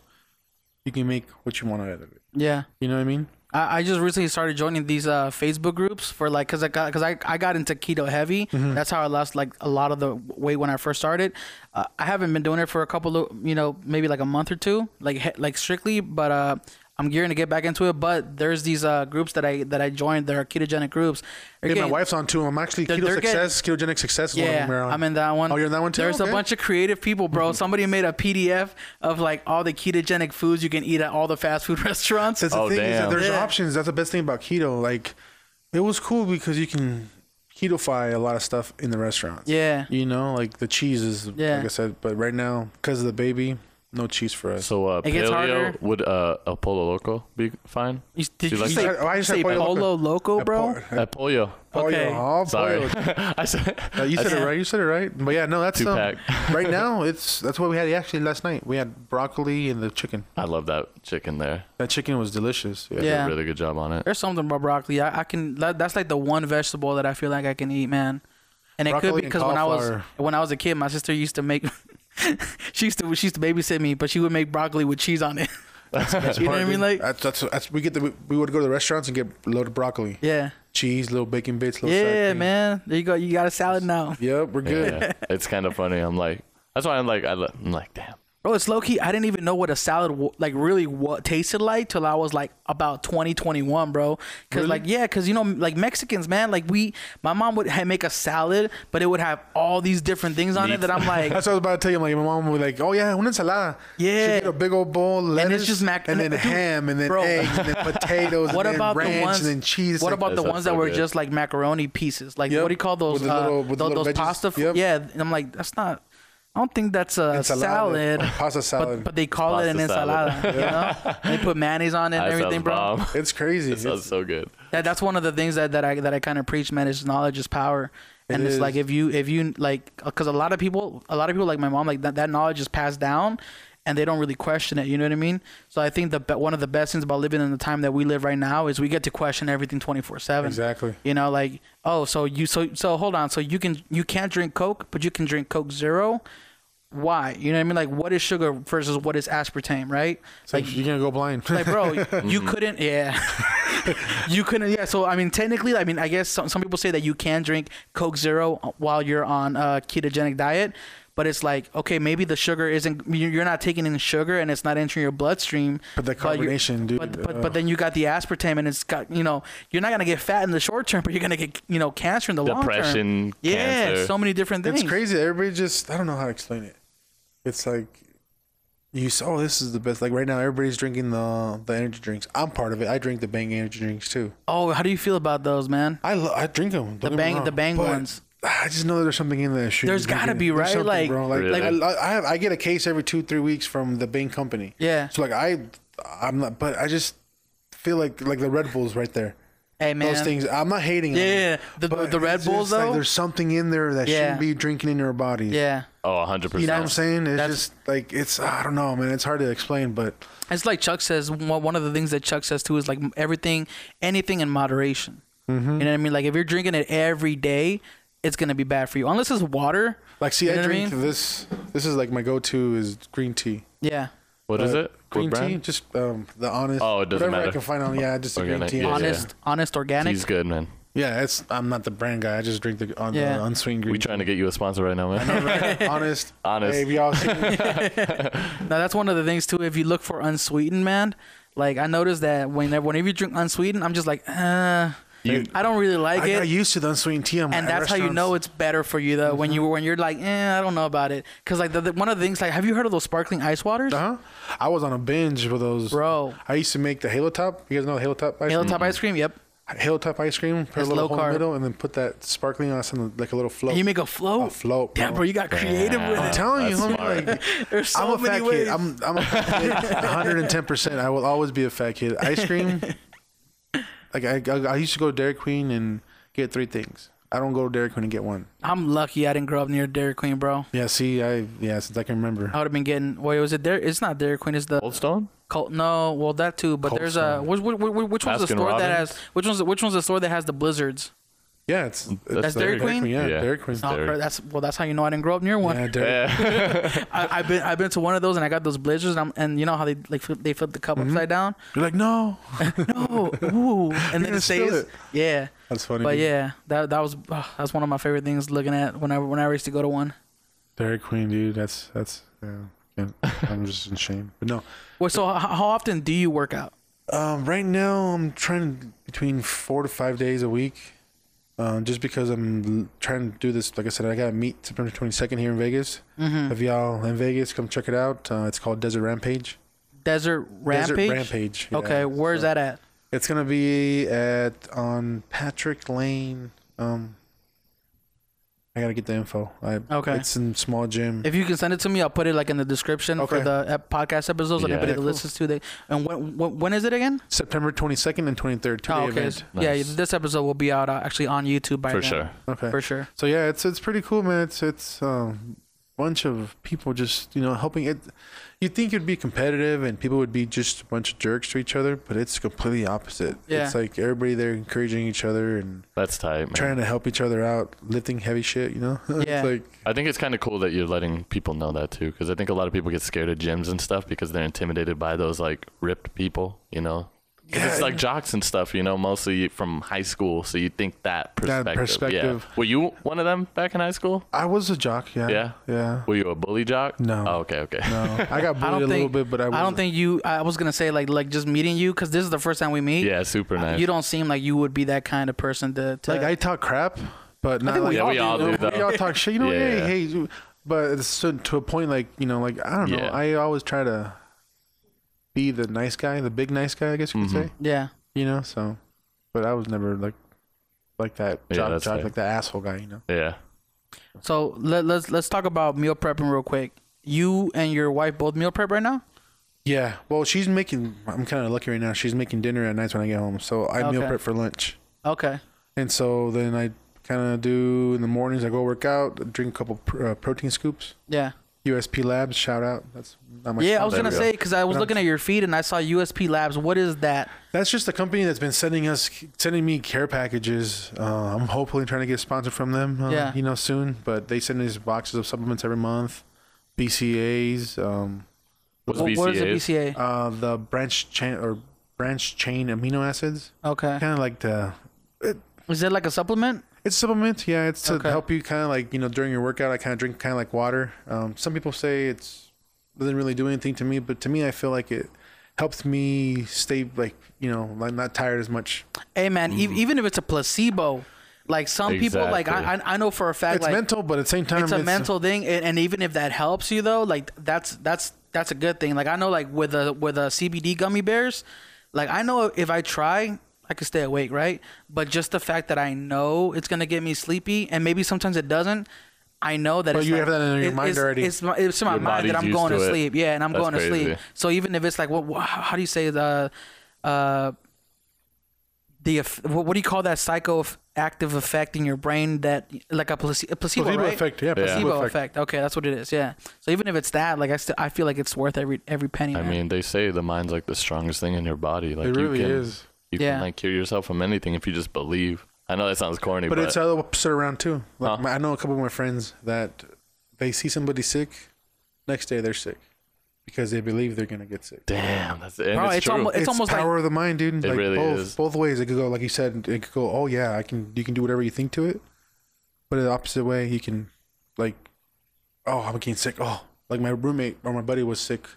S4: You can make what you want out of it.
S3: Yeah.
S4: You know what I mean?
S3: I, I just recently started joining these uh, Facebook groups for like because I got because I, I got into keto heavy.
S4: Mm-hmm.
S3: That's how I lost like a lot of the weight when I first started. Uh, I haven't been doing it for a couple of you know maybe like a month or two like he- like strictly, but uh, I'm gearing to get back into it. But there's these uh, groups that I that I joined. There are ketogenic groups. They're
S4: Yeah, my
S3: getting-
S4: wife's on too. I'm actually
S3: They're-
S4: keto
S3: they're getting-
S4: success, ketogenic success. Is one of
S3: Yeah,
S4: them we're on.
S3: I'm in that one.
S4: Oh, you're in that one too.
S3: There's
S4: Okay. Mm-hmm.
S3: a bunch of creative people, bro. Somebody made a PDF of like all the ketogenic foods you can eat at all the fast food restaurants.
S4: That's the
S5: Oh,
S4: thing is that
S5: damn.
S4: there's
S3: Yeah.
S4: options. That's the best thing about keto. Like, it was cool because you can ketofy a lot of stuff in the restaurants.
S3: Yeah.
S4: You know, like the cheese is,
S3: Yeah.
S4: like I said, but right now, because of the baby, no cheese for us.
S5: So uh,
S3: It gets harder.
S5: paleo would uh, a polo loco be fine?
S3: You- Did
S5: Do
S3: you,
S5: you like
S3: say,
S4: that? I just said
S3: say
S4: Pollo Loco.
S3: Polo Loco, bro?
S5: A pollo.
S4: Oh,
S3: okay.
S4: yeah, all
S5: Sorry,
S4: boiled.
S5: I said
S4: Uh, you said it right. You said it right. But yeah, no, that's um,
S5: Two-pack.
S4: right now. It's that's what we had actually last night. We had broccoli and the chicken.
S5: I love that chicken there.
S4: That chicken was delicious. Yeah.
S3: Yeah.
S5: Did a really good job on it.
S3: There's something about broccoli. I, I can. That, that's like the one vegetable that I feel like I can eat, man. And it could
S4: Broccoli
S3: be
S4: and
S3: because when I was
S4: cauliflower.
S3: when I was a kid, my sister used to make. she used to she used to babysit me, but she would make broccoli with cheese on it.
S4: That's
S3: You know
S4: part,
S3: what I mean?
S4: dude.
S3: Like-
S4: that's, that's, that's we get the, we, we would go to the restaurants and get a load of broccoli,
S3: Yeah.
S4: cheese, little bacon bits, little sour
S3: Yeah,
S4: cream.
S3: man. There you go. You got a salad now.
S4: Yep, we're good.
S5: Yeah, it's kind of funny. I'm like, that's why I'm like, I, am like, damn.
S3: Bro, it's low key. I didn't even know what a salad wa- like really what tasted like till I was like about 20, 21, bro. Cause like yeah, cause you know like Mexicans, man. Like we, my mom would ha- make a salad, but it would have all these different things on it
S5: Meat.
S3: that I'm like,
S4: That's what I was about to tell you. Like my mom was like, "Oh yeah, una ensalada."
S3: Yeah.
S4: She'll get a big old bowl, of lettuce,
S3: it's just mac-
S4: and then
S3: dude,
S4: ham, and then
S3: bro.
S4: eggs, and then potatoes,
S3: what
S4: and
S3: about
S4: then ranch,
S3: the ones?
S4: and then cheese. It's
S3: What
S4: like,
S3: about the
S5: That sounds
S3: ones that
S5: so
S3: were
S5: good.
S3: just like macaroni pieces? Like
S4: Yep.
S3: what do you call those?
S4: With the
S3: uh,
S4: little- with the
S3: tho-
S4: little
S3: those
S4: veggies.
S3: pasta? f-
S4: Yep.
S3: Yeah, and I'm like that's not. I don't think that's a
S4: Ensalada.
S3: salad.
S4: Pasta salad.
S3: But, but they call it an
S5: Pasta salad.
S3: ensalada. You know, they put mayonnaise on it and
S5: That
S3: everything, bro.
S5: sounds bomb.
S4: It's crazy.
S5: That sounds
S4: It's,
S5: so good.
S3: that that's one of the things that, that I that I kind of preach, man. Is knowledge is power, and
S4: It
S3: it's
S4: is.
S3: like if you if you like because a lot of people a lot of people like my mom like that that knowledge is passed down, and they don't really question it. You know what I mean? So I think the be- one of the best things about living in the time that we live right now is we get to question everything twenty four seven.
S4: Exactly.
S3: You know, like oh, so you so so hold on, so you can you can't drink Coke, but you can drink Coke Zero. Why? You know what I mean? Like, what is sugar versus what is aspartame, right?
S4: like you're gonna go blind.
S3: like bro you
S5: Mm-hmm.
S3: couldn't yeah you couldn't yeah so i mean technically i mean i guess some, some people say that you can drink coke zero while you're on a ketogenic diet but it's like okay maybe the sugar isn't you- you're not taking in sugar and it's not entering your bloodstream
S4: But the
S3: you're-
S4: carbonation, dude, Uh,
S3: but, but,
S4: ugh.
S3: but then you got the aspartame and it's got you know you're not gonna get fat in the short term but you're gonna get you know cancer in the long term
S5: Depression,
S3: yeah
S5: cancer.
S3: so many different things
S4: it's crazy. Everybody just I don't know how to explain it. It's like you say, "Oh, this is the best." Like right now, everybody's drinking the the energy drinks. I'm part of it. I drink the Bang energy drinks too.
S3: oh how do you feel about those man
S4: I lo- I drink them.
S3: The Bang- the Bang ones.
S4: I just know there's something in there. that shouldn't
S3: There's gotta
S4: in it.
S3: be,
S4: There's
S3: right?
S4: something,
S3: Like-
S4: bro. like,
S5: Really?
S4: like, I, I have I get a case every two three weeks from the Bang company.
S3: Yeah.
S4: So like I I'm not, but I just feel like like the Red Bulls right there.
S3: hey man
S4: Those things. I'm not hating. on
S3: Yeah,
S4: them,
S3: yeah, yeah. The-
S4: but
S3: the Red
S4: it's just
S3: Bulls,
S4: like
S3: though?
S4: there's something in there that
S3: Yeah.
S4: shouldn't be drinking in your body.
S3: yeah
S5: Oh, 100%.
S4: You know what I'm saying? It's
S3: That's-
S4: just like it's I don't know, man. It's hard to explain, but
S3: It's like Chuck says. One one of the things that Chuck says too is like everything, anything in moderation.
S4: Mm-hmm.
S3: You know what I mean? Like if you're drinking it every day, it's gonna be bad for you. Unless it's water.
S4: like see,
S3: You know
S4: I
S3: what I
S4: drink
S3: mean?
S4: this. This is like my go-to is green tea.
S3: Yeah.
S5: What is
S3: uh,
S5: it? What
S4: Green tea,
S5: brand?
S4: just um, the honest.
S5: Oh, it doesn't
S4: whatever I
S5: matter.
S4: can find on. Yeah, just the green
S5: Organic,
S4: tea.
S5: yeah,
S4: honest.
S3: Honest, honest, organic.
S5: Tea's good, man.
S4: Yeah, it's. I'm not the brand guy. I just drink the, on,
S3: Yeah.
S4: the unsweetened
S5: We
S4: green.
S5: trying to get you a sponsor right now, man.
S4: tea. honest.
S5: Honest.
S4: Hey, have y'all seen
S3: Now that's one of the things too. If you look for unsweetened, man, like I noticed that whenever whenever you drink unsweetened, I'm just like, uh,
S5: You-
S3: I don't really like
S4: I
S3: it.
S4: got used to the unsweetened tea. I'm
S3: and
S4: at
S3: that's how you know
S4: restaurants. Mm-hmm.
S3: it's better for you though when you when you're like eh I don't know about it because like the, the, one of the things like have you heard of those sparkling ice waters
S4: Uh-huh. I was on a binge with those.
S3: Bro.
S4: I used to make the Halo Top. You guys know Halo Top ice
S3: Hilltop ice cream yep
S4: cream? Halo Top ice cream. Put a
S3: It's
S4: little
S3: low
S4: hole in
S3: carb.
S4: the middle and then put that sparkling on some, like a little float.
S3: and you make a float
S4: A float,
S3: yeah
S4: bro.
S3: bro you got creative with it
S5: Damn.
S4: I'm telling you,
S5: That's
S4: homie,
S5: smart.
S4: like,
S3: There's so
S4: I'm a
S3: many
S4: fat
S3: ways.
S4: kid. I'm, I'm a fat kid. 110%. I will always be a fat kid. Ice cream. like I, I, I used to go to Dairy Queen and get three things. I don't go to Dairy Queen and get one.
S3: I'm lucky I didn't grow up near Dairy Queen, bro.
S4: Yeah, see, I yeah, since I can remember.
S3: I would have been getting. Wait, was it there? It's not Dairy Queen. It's the
S5: Old Stone?
S3: Col- No, well that too. But
S4: Cold
S3: there's a which, which, which, which one's the
S5: Baskin
S3: store that
S5: Robbins?
S3: has which one's which one's the store that has the blizzards?
S4: Yeah, it's, it's
S5: That's
S3: Dairy Queen?
S4: Yeah,
S5: Yeah.
S4: Dairy Queen.
S3: Oh,
S5: Dairy.
S3: crap, that's well, that's how you know I didn't grow up near one.
S4: Yeah, Dairy
S3: I, I've been I've been to one of those and I got those blizzards and, I'm, and you know how they like flip, they flip the cup
S4: Mm-hmm.
S3: upside down.
S4: You're like, no.
S3: Oh, ooh, and then
S4: gonna
S3: it
S4: spill
S3: stays.
S4: it.
S3: Yeah,
S4: That's funny.
S3: but
S4: dude.
S3: yeah, that that was ugh, that's one of my favorite things looking at whenever when I used to go to one.
S4: Dairy Queen, dude. That's that's yeah. yeah. I'm just in shame. But no.
S3: Wait, so h- how often do you work out?
S4: Um, right now I'm trying between four to five days a week. Um, just because I'm l- trying to do this, like I said, I got to meet September 22nd here in Vegas.
S3: Mm-hmm.
S4: If y'all in Vegas, come check it out. Uh, it's called Desert Rampage.
S3: Desert Rampage.
S4: Rampage, yeah.
S3: Okay, where's that at?
S4: It's gonna be at on Patrick Lane. Um, I gotta get the info. I,
S3: Okay.
S4: It's in small gym.
S3: If you can send it to me, I'll put it like in the description for
S4: Okay.
S3: the ep- podcast episodes. and
S5: Yeah.
S3: Anybody that
S5: Yeah,
S4: cool.
S3: listens to the and when, when when is it again?
S4: September 22nd and 23rd. Two day
S3: Oh, okay.
S4: event.
S3: Yeah,
S5: Nice.
S3: this episode will be out uh, actually on YouTube by
S5: For
S3: then.
S5: sure.
S4: Okay.
S3: For sure.
S4: So yeah, it's it's pretty cool, man. It's it's um, bunch of people just you know helping it. You'd think it'd be competitive and people would be just a bunch of jerks to each other, but it's completely opposite.
S3: Yeah.
S4: It's like everybody there encouraging each other and
S5: That's tight, man.
S4: trying to help each other out, lifting heavy shit. You know,
S3: Yeah.
S4: it's like
S5: I think it's kind of cool that you're letting people know that too, because I think a lot of people get scared of gyms and stuff because they're intimidated by those like ripped people, you know. 'Cause it's like jocks and stuff, you know, mostly from high school. So you think that perspective.
S4: perspective.
S5: Yeah. Were you one of them back in high school?
S4: I was a jock. Yeah.
S5: Yeah.
S4: Yeah.
S5: Were you a bully jock?
S4: No.
S5: Oh, okay, okay.
S4: No, I got bullied
S3: I
S4: a
S3: don't
S4: little
S3: think.
S4: bit, but I,
S3: I don't
S4: wasn't-
S3: think you. I was gonna say like like just meeting you because this is the first time we meet.
S5: Yeah, super nice.
S3: You don't seem like you would be that kind of person to. to
S4: like I talk crap, but not
S3: think
S4: like
S3: we
S5: yeah, we all do
S4: we all
S5: though.
S4: talk shit. You know,
S5: Yeah, yeah.
S4: hey, hey, but it's to, to a point, like you know, like I don't know.
S5: Yeah.
S4: I always try to be the nice guy, the big nice guy, I guess you could
S5: Mm-hmm.
S4: say.
S3: yeah.
S4: You know, so, but I was never like like that
S5: Yeah,
S4: jock,
S5: that's
S4: jock
S5: fair.
S4: like that asshole guy. You know,
S5: Yeah.
S3: So let, let's let's talk about meal prepping real quick. You and your wife both meal prep right now.
S4: yeah. Well, she's making. I'm kind of lucky right now. She's making dinner at nights when I get home, so I meal
S3: Okay.
S4: prep for lunch.
S3: Okay.
S4: And so then I kind of do in the mornings. I go work out, drink a couple pr- uh, protein scoops.
S3: Yeah.
S4: USP Labs, shout out. That's not my
S3: Yeah, I
S4: sponsor.
S3: was gonna
S5: we go.
S3: say because I was looking at your feed and I saw USP Labs. What is that?
S4: That's just a company that's been sending us, sending me care packages. Uh, I'm hopefully trying to get sponsored from them, uh,
S3: Yeah.
S4: you know, soon. But they send us boxes of supplements every month, BCAs, um,
S5: What's
S3: What- what is a
S5: BCAs?
S3: BCA?
S4: uh, the branch chain or branch chain amino acids.
S3: Okay.
S4: Kind of like the
S3: Is it like a supplement?
S4: It's a supplement, yeah. It's to
S3: Okay.
S4: help you kind of like you know during your workout. I kind of drink kind of like water. Um, some people say it's doesn't really do anything to me, but to me, I feel like it helps me stay like you know like not tired as much.
S3: Hey man, e- even if it's a placebo, like some people, like I, I I know for a fact,
S4: It's
S3: like
S4: mental, but at the same time, uh,
S3: it's a mental thing, and, and even if that helps you though, like that's that's that's a good thing. Like I know, like with the with the CBD gummy bears, like I know if I try, I could stay awake, right? But just the fact that I know it's gonna get me sleepy, and maybe sometimes it doesn't. I know that.
S4: But
S3: it's
S4: you
S3: like-
S4: have that in your
S3: it-
S4: mind
S3: it's,
S4: already.
S3: It's, my- it's in my
S5: Your
S3: mind that
S5: body's
S3: I'm
S5: used
S3: going to,
S5: to it.
S3: sleep. Yeah, and I'm
S5: That's
S3: going to sleep.
S5: crazy.
S3: So even if it's like, what? wh- How do you say the? Uh, the eff- what what do you call that psychoactive effect in your brain that like a, place, a placebo,
S4: Placebo
S3: right?
S4: effect, yeah, placebo
S3: placebo
S4: effect.
S3: effect. Okay, that's what it is. Yeah. So even if it's that, like I still I feel like it's worth every every penny.
S5: I
S3: man.
S5: mean, they say the mind's like the strongest thing in your body. Like
S4: It really
S5: you can,
S4: is.
S5: You
S3: Yeah.
S5: can like cure yourself from anything if you just believe. I know that sounds corny,
S4: But
S5: but,
S4: it's the opposite around too. Like
S5: Huh.
S4: my, I know a couple of my friends that they see somebody sick, next day they're sick because they believe they're gonna get sick.
S5: damn, that's and
S3: Bro,
S5: it's,
S3: it's
S5: true.
S3: almo- It's almost like-
S4: power of the mind, dude.
S5: It
S4: like
S5: really
S4: both,
S5: is.
S4: Both ways it could go. Like you said, it could go. Oh yeah, I can. You can do whatever you think to it. But the opposite way, you can, like, oh, I'm getting sick. Oh, like my roommate or my buddy was sick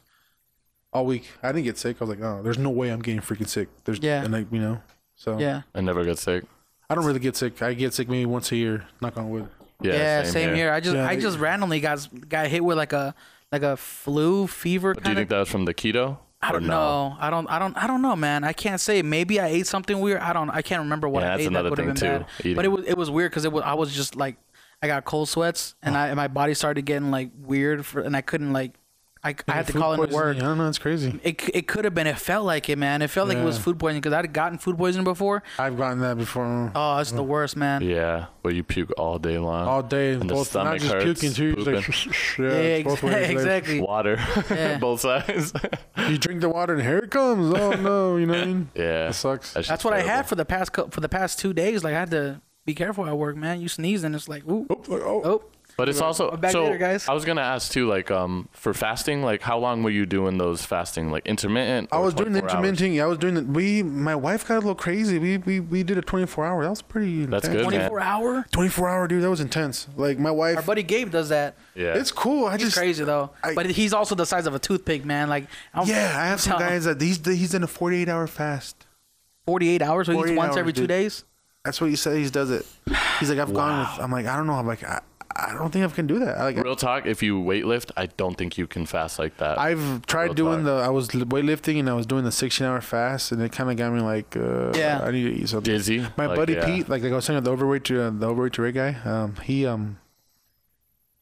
S4: all week. I didn't get sick. I was like, oh, there's no way I'm getting freaking sick. There's
S3: Yeah.
S4: and like you know. So
S3: yeah.
S5: I never got sick.
S4: I don't really get sick. I get sick maybe once a year. Knock on wood.
S5: Yeah,
S3: Yeah, same, here. I just
S4: Yeah,
S3: I
S4: they-
S3: just randomly got s- got hit with like a like a flu fever
S5: Do you
S3: kind
S5: think
S3: of
S5: that was from the keto?
S3: I
S5: Or
S3: don't
S5: no?
S3: know. I don't. I don't. I don't know, man. I can't say. Maybe I ate something weird. I don't. I can't remember what
S5: Yeah,
S3: I
S5: that's
S3: ate.
S5: another
S3: that would have
S5: thing
S3: been
S5: too,
S3: bad. But it
S5: eating.
S3: was. It was weird because it was. I was just like, I got cold sweats and I my body started getting like weird for, and I couldn't like, I, I had to
S4: Food
S3: call in to
S4: poisoning,
S3: work.
S4: I don't know. It's crazy.
S3: It, c- it could have been. It felt like it, man. It felt like it was
S4: Yeah.
S3: food poisoning because I'd gotten food poisoning before.
S4: I've gotten that before.
S3: Oh, it's the worst, man. Yeah,
S5: Yeah, where you puke all day long.
S4: All day,
S5: and the
S4: both not
S5: stomach
S4: just
S5: hurts,
S4: puking too. It's like, yeah, it's both ways,
S3: ex-
S4: like-
S3: exactly.
S5: Water,
S3: Yeah.
S5: both sides.
S4: You drink the water and here it comes. Oh no, you know what I mean?
S5: yeah,
S4: That sucks.
S5: That shit's
S3: That's what I had
S5: terrible.
S3: for the past cou- for the past two days. Like I had to be careful at work, man. You sneeze and it's like, ooh,
S4: Oh, oh.
S3: oh.
S5: But it's also
S3: back
S5: so.
S3: later, guys.
S5: I was gonna ask too, like, um, for fasting, like, how long were you doing those fasting, like intermittent?
S4: I
S5: or
S4: was doing the
S5: 24 hours? That's
S4: intense.
S5: good. man.
S3: 24 hour.
S4: 24 hour dude. That was intense. Like my wife.
S3: Our buddy Gabe does that.
S5: Yeah,
S4: It's cool. I
S3: He's
S4: just
S3: crazy though.
S4: I-
S3: but he's also the size of a toothpick, man. Like I'm,
S4: yeah. I have some
S3: I'm-
S4: guys that he's he's in a 48 hour fast.
S3: 48 hours. So he
S4: 48
S3: eats once
S4: hours,
S3: every two
S4: dude.
S3: days.
S4: That's what he says. He does it. He's like I've gone with. I'm like I don't know. I'm like I, I don't think I can do that. I, like
S5: Real talk. If you weightlift, I don't think you can fast like that.
S4: I've tried
S5: Real
S4: doing
S5: talk.
S4: the. I was weightlifting and I was doing the 16 hour fast, and it kind of got me like, uh,
S3: Yeah.
S4: I need to eat something.
S5: Dizzy,
S4: My
S5: like,
S4: buddy
S5: yeah.
S4: Pete, like, I was saying, the overweight to uh, the overweight to red guy. Um, he um,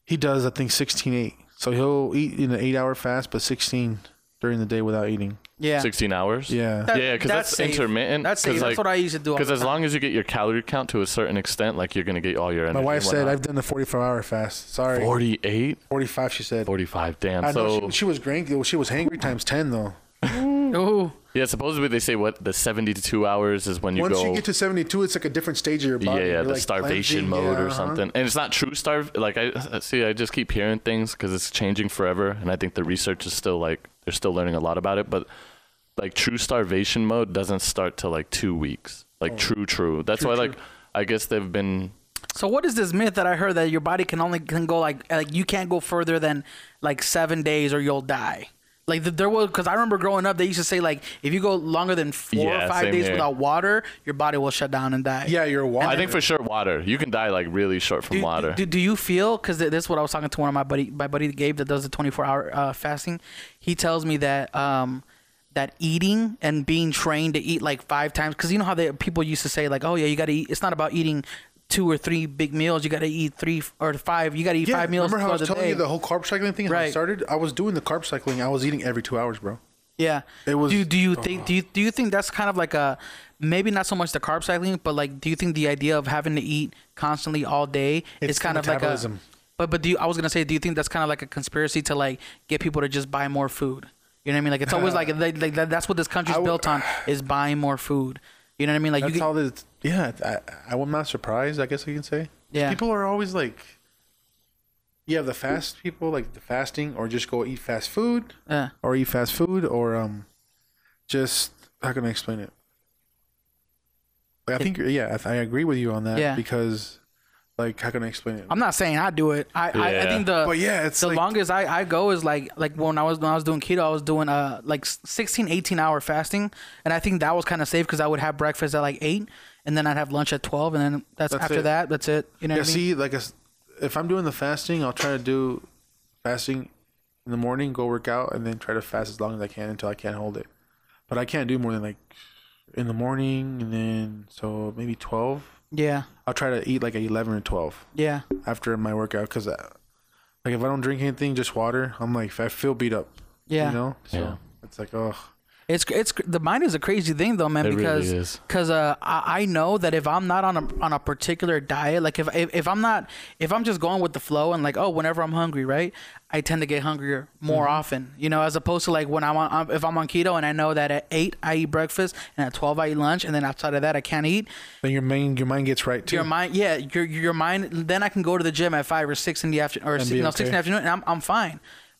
S4: he does I think 16 8. So he'll eat in an eight hour fast, but 16 during the day without eating.
S3: Yeah.
S5: 16 hours.
S4: Yeah.
S3: That-
S5: yeah, because that's,
S3: safe.
S5: intermittent.
S3: That's safe. that's what I used to do. all
S5: Because
S3: the
S5: as
S3: time.
S5: long as you get your calorie count to a certain extent, like you're gonna get all your energy.
S4: My wife
S5: and
S4: said
S5: whatnot.
S4: I've done the 44 hour fast. Sorry.
S5: 48,
S4: 45 she said.
S5: 45. Damn.
S4: I know
S5: so
S4: she, she was cranky. She was hangry times 10 though.
S3: Ooh.
S5: yeah, supposedly they say what the 72 hours is when you
S4: Once
S5: go.
S4: you get to 72, it's like a different stage of your
S5: yeah,
S4: body.
S5: yeah,
S4: You're,
S5: the
S4: like, cleansing.
S5: starvation mode
S4: Yeah,
S5: or
S4: uh-huh.
S5: something, and it's not true starve. Like I see, I just keep hearing things because it's changing forever, and I think the research is still like they're still learning a lot about it. But like true starvation mode doesn't start till like two weeks. Like true, true. That's why like I guess they've been
S3: So what is this myth that I heard that your body can only can go like like you can't go further than like seven days or you'll die? Like th- there was because I remember growing up they used to say like if you go longer than four
S5: Yeah,
S3: or five
S5: same
S3: days
S5: here.
S3: without water your body will shut down and die.
S4: Yeah, you're water.
S5: I think for sure water. You can die like really short from
S3: Do,
S5: water.
S3: Do, do you feel because this is what I was talking to one of my buddy my buddy Gabe that does the 24 hour uh, fasting. He tells me that um that eating and being trained to eat like five times because you know how they, people used to say like oh yeah you got to eat it's not about eating two or three big meals you got to eat three f- or five you got to eat
S4: yeah,
S3: five meals
S4: remember how I
S3: throughout
S4: was
S3: the
S4: telling
S3: day.
S4: you the whole carb cycling thing? How I
S3: Right.
S4: started. I was doing the carb cycling. I was eating every two hours, bro.
S3: yeah
S4: It was- Oh,
S3: do, do you think do you, do you think that's kind of like a maybe not so much the carb cycling but like do you think the idea of having to eat constantly all day
S4: It's
S3: is kind of like
S4: metabolism.
S3: a But but do you, I was gonna say, do you think that's kind of like a conspiracy to like get people to just buy more food? You know what I mean? Like it's always like, like, like that- that's what this country's
S4: I would-
S3: built on is buying more food. You know what I mean? Like
S4: That's
S3: you
S4: how
S3: can,
S4: this. Yeah, I, I, am not surprised. I guess I can say.
S3: Yeah.
S4: People are always like, you have the fast people like the fasting, or just go eat fast food,
S3: uh,
S4: or eat fast food, or um, just how can I explain it? Like, I think you're- yeah, I, th- I agree with you on that
S3: Yeah.
S4: because, like, how can I explain it?
S3: I'm not saying I do it. I, I, I
S5: Yeah.
S3: think the
S4: But yeah, it's
S3: the
S4: like-
S3: longest I, I go is like like when I was when I was doing keto, I was doing uh like 16 18 hour fasting, and I think that was kind of safe because I would have breakfast at like eight, and then I'd have lunch at 12, and then that's,
S4: That's
S3: after
S4: it.
S3: that that's it. You know
S4: Yeah,
S3: what I mean?
S4: see, like, I s- if I'm doing the fasting, I'll try to do fasting in the morning, go work out, and then try to fast as long as I can until I can't hold it. But I can't do more than like in the morning, and then so maybe twelve.
S3: yeah,
S4: I'll try to eat like at eleven or twelve
S3: yeah,
S4: after my workout, because like if I don't drink anything, just water, I'm like I feel beat up.
S3: yeah.
S4: you know, so
S5: Yeah.
S4: it's like oh,
S3: It's it's the mind is a crazy thing though, man.
S5: It really
S3: because
S5: is.
S3: because uh, I, I know that if I'm not on a on a particular diet, like if, if if I'm not if I'm just going with the flow and like oh whenever I'm hungry, right, I tend to get hungrier more
S5: Mm-hmm.
S3: often. You know, as opposed to like when I'm on I'm- if I'm on keto and I know that at eight I eat breakfast and at twelve I eat lunch and then outside of that I can't eat.
S4: then your mind your mind gets right too.
S3: Your mind, yeah, your your mind. Then I can go to the gym at five or six in the afternoon, or
S4: And
S3: six,
S4: be
S3: no, six in the
S4: okay.
S3: afternoon, and I'm I'm fine.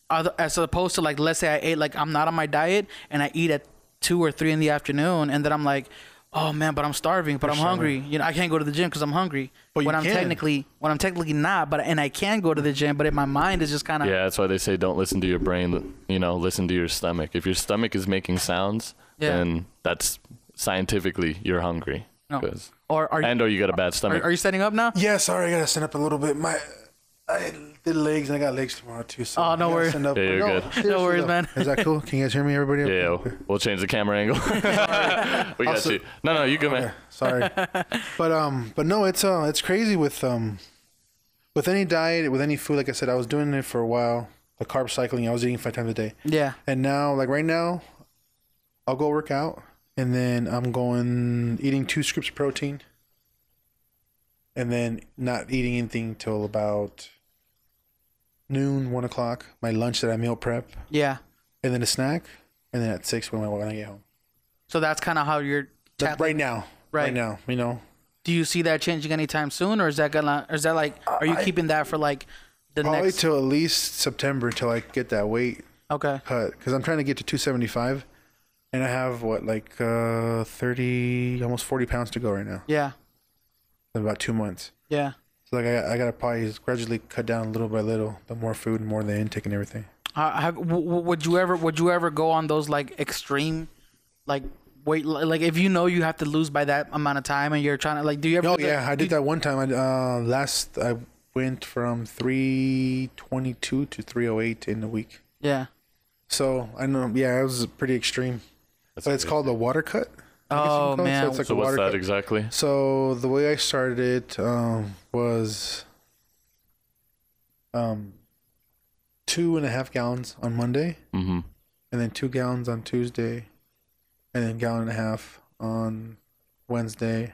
S3: Other- As opposed to like, let's say I ate like I'm not on my diet and I eat at two or three in the afternoon, and then I'm like, oh man, but I'm starving, but I'm hungry. You know, I can't go to the gym because I'm hungry.
S4: But you
S3: when I'm
S4: can.
S3: technically, when I'm technically not, but and I can go to the gym, but in my mind is just kind of
S5: yeah, that's why they say don't listen to your brain. You know, listen to your stomach. If your stomach is making sounds,
S3: Yeah.
S5: then that's scientifically you're hungry.
S3: No.
S5: 'Cause-
S3: Or are you,
S5: and or you got a bad
S3: are,
S5: stomach.
S3: are you standing up now?
S4: Yeah, sorry, I gotta stand up a little bit. My I did legs and I got legs tomorrow too.
S3: Oh,
S4: So
S3: no
S4: I gotta
S3: worries.
S4: stand up.
S5: Yeah, you're
S4: No,
S5: good.
S4: seriously,
S3: No worries,
S4: though.
S3: man.
S4: Is that cool? Can you guys hear me, everybody?
S5: yeah, yo, we'll change the camera angle. we got
S4: Also-
S5: you. No, no, you go, man.
S4: Sorry, but um, but no, it's uh, it's crazy with um, with any diet, with any food. Like I said, I was doing it for a while. The carb cycling, I was eating five times a day,
S3: Yeah,
S4: and now, like right now, I'll go work out, and then I'm going eating two scoops of protein, and then not eating anything till about noon, one o'clock. My lunch that I meal prep,
S3: yeah.
S4: and then a snack, and then at six when I when I get home.
S3: So that's kind of how you're.
S4: That's right now,
S3: Right.
S4: right now, you know.
S3: Do you see that changing anytime soon, or is that gonna? Or is that like? Are you keeping that for like the
S4: Probably
S3: next?
S4: till at least September till I get that weight
S3: okay.
S4: cut because I'm trying to get to 275, and I have what like uh 30, almost 40 pounds to go right now.
S3: Yeah.
S4: In about two months,
S3: Yeah.
S4: so like I, I gotta probably gradually cut down little by little. The more food, and more the intake, and everything.
S3: Uh, have, w- w- would you ever would you ever go on those like extreme, like weight li- like if you know you have to lose by that amount of time and you're trying to like do you ever?
S4: Oh
S3: do that-
S4: yeah, I did that one time. I uh, last I went from 322 to 308 in a week.
S3: Yeah.
S4: So I know, yeah, it was pretty extreme. but it's called a water cut. I guess
S3: Oh,
S4: you can call it.
S3: man.
S4: So, it's like
S5: So
S4: a
S5: what's
S4: water
S5: that
S4: cut.
S5: exactly?
S4: So the way I started it um, was um, two and a half gallons on Monday,
S5: hmm
S4: and then two gallons on Tuesday, and then gallon and a half on Wednesday,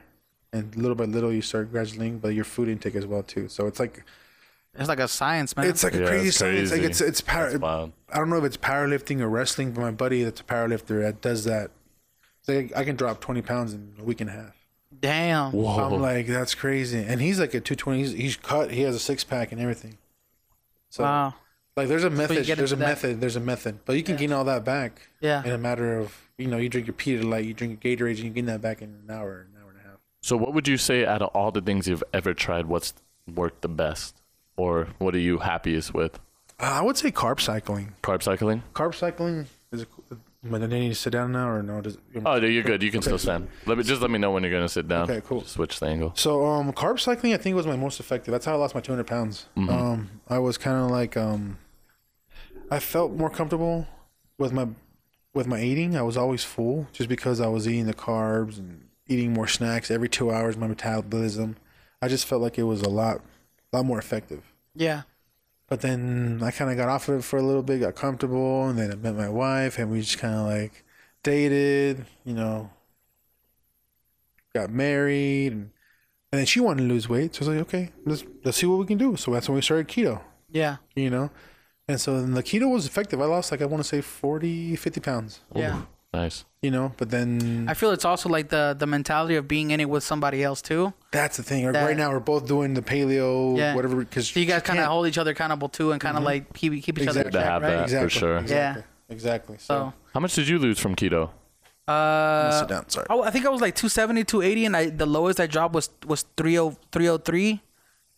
S4: and little by little you start gradually, but your food intake as well too. So it's like
S3: It's like a science, man.
S4: it's like a
S5: Yeah,
S4: crazy
S5: it's
S4: science. Like
S5: crazy.
S4: it's it's power.
S5: That's wild.
S4: I don't know if it's powerlifting or wrestling, but my buddy that's a powerlifter that does that. It's like I can drop twenty pounds in a week and a half.
S3: Damn.
S5: Whoa.
S4: I'm like, that's crazy. And he's like at 220. He's, he's cut. He has a six pack and everything. So
S3: Wow.
S4: like, there's a method.
S3: get
S4: There's a
S3: into that.
S4: method. There's a method. But you can gain all that back.
S3: Yeah.
S4: In a matter of you know, you drink your Peter Light, you drink your Gatorade, and you gain that back in an hour, an hour and a half.
S5: so, what would you say out of all the things you've ever tried, what's worked the best, or what are you happiest with?
S4: Uh, I would say carb cycling.
S5: Carb cycling?
S4: Carb cycling is. A, but then I need to sit down now or no? Does,
S5: Oh, no, you're good. You can still stand. Let me just let me know when you're gonna sit down.
S4: Okay, cool.
S5: Just switch the angle.
S4: So um, carb cycling, I think was my most effective. That's how I lost my 200 pounds. Um, I was kind of like um, I felt more comfortable with my with my eating. I was always full just because I was eating the carbs and eating more snacks every two hours. My metabolism, I just felt like it was a lot, a lot more effective.
S3: Yeah.
S4: But then I kind of got off of it for a little bit, got comfortable, and then I met my wife, and we just kind of like dated, you know, got married, and, and then she wanted to lose weight, so I was like, okay, let's let's see what we can do. So that's when we started keto,
S3: Yeah.
S4: you know, and so then the keto was effective. I lost like I want to say 40, 50 pounds,
S3: Yeah.
S5: Nice.
S4: you know, but then
S3: I feel it's also like the the mentality of being in it with somebody else too.
S4: that's the thing. Like,
S3: That-
S4: right now we're both doing the paleo,
S3: Yeah.
S4: whatever, because
S3: So you guys kind of hold each other accountable too, and kind of like keep keep each
S4: Mm-hmm. Exactly.
S3: other
S5: To
S3: in check,
S5: have
S3: right?
S5: that.
S4: exactly,
S5: for sure.
S4: exactly, exactly. So,
S3: So,
S5: How much did you lose from keto?
S3: uh,
S4: sit down. Sorry.
S3: I, I think I was like 270, 280, and I the lowest I dropped was was oh, 30, 303.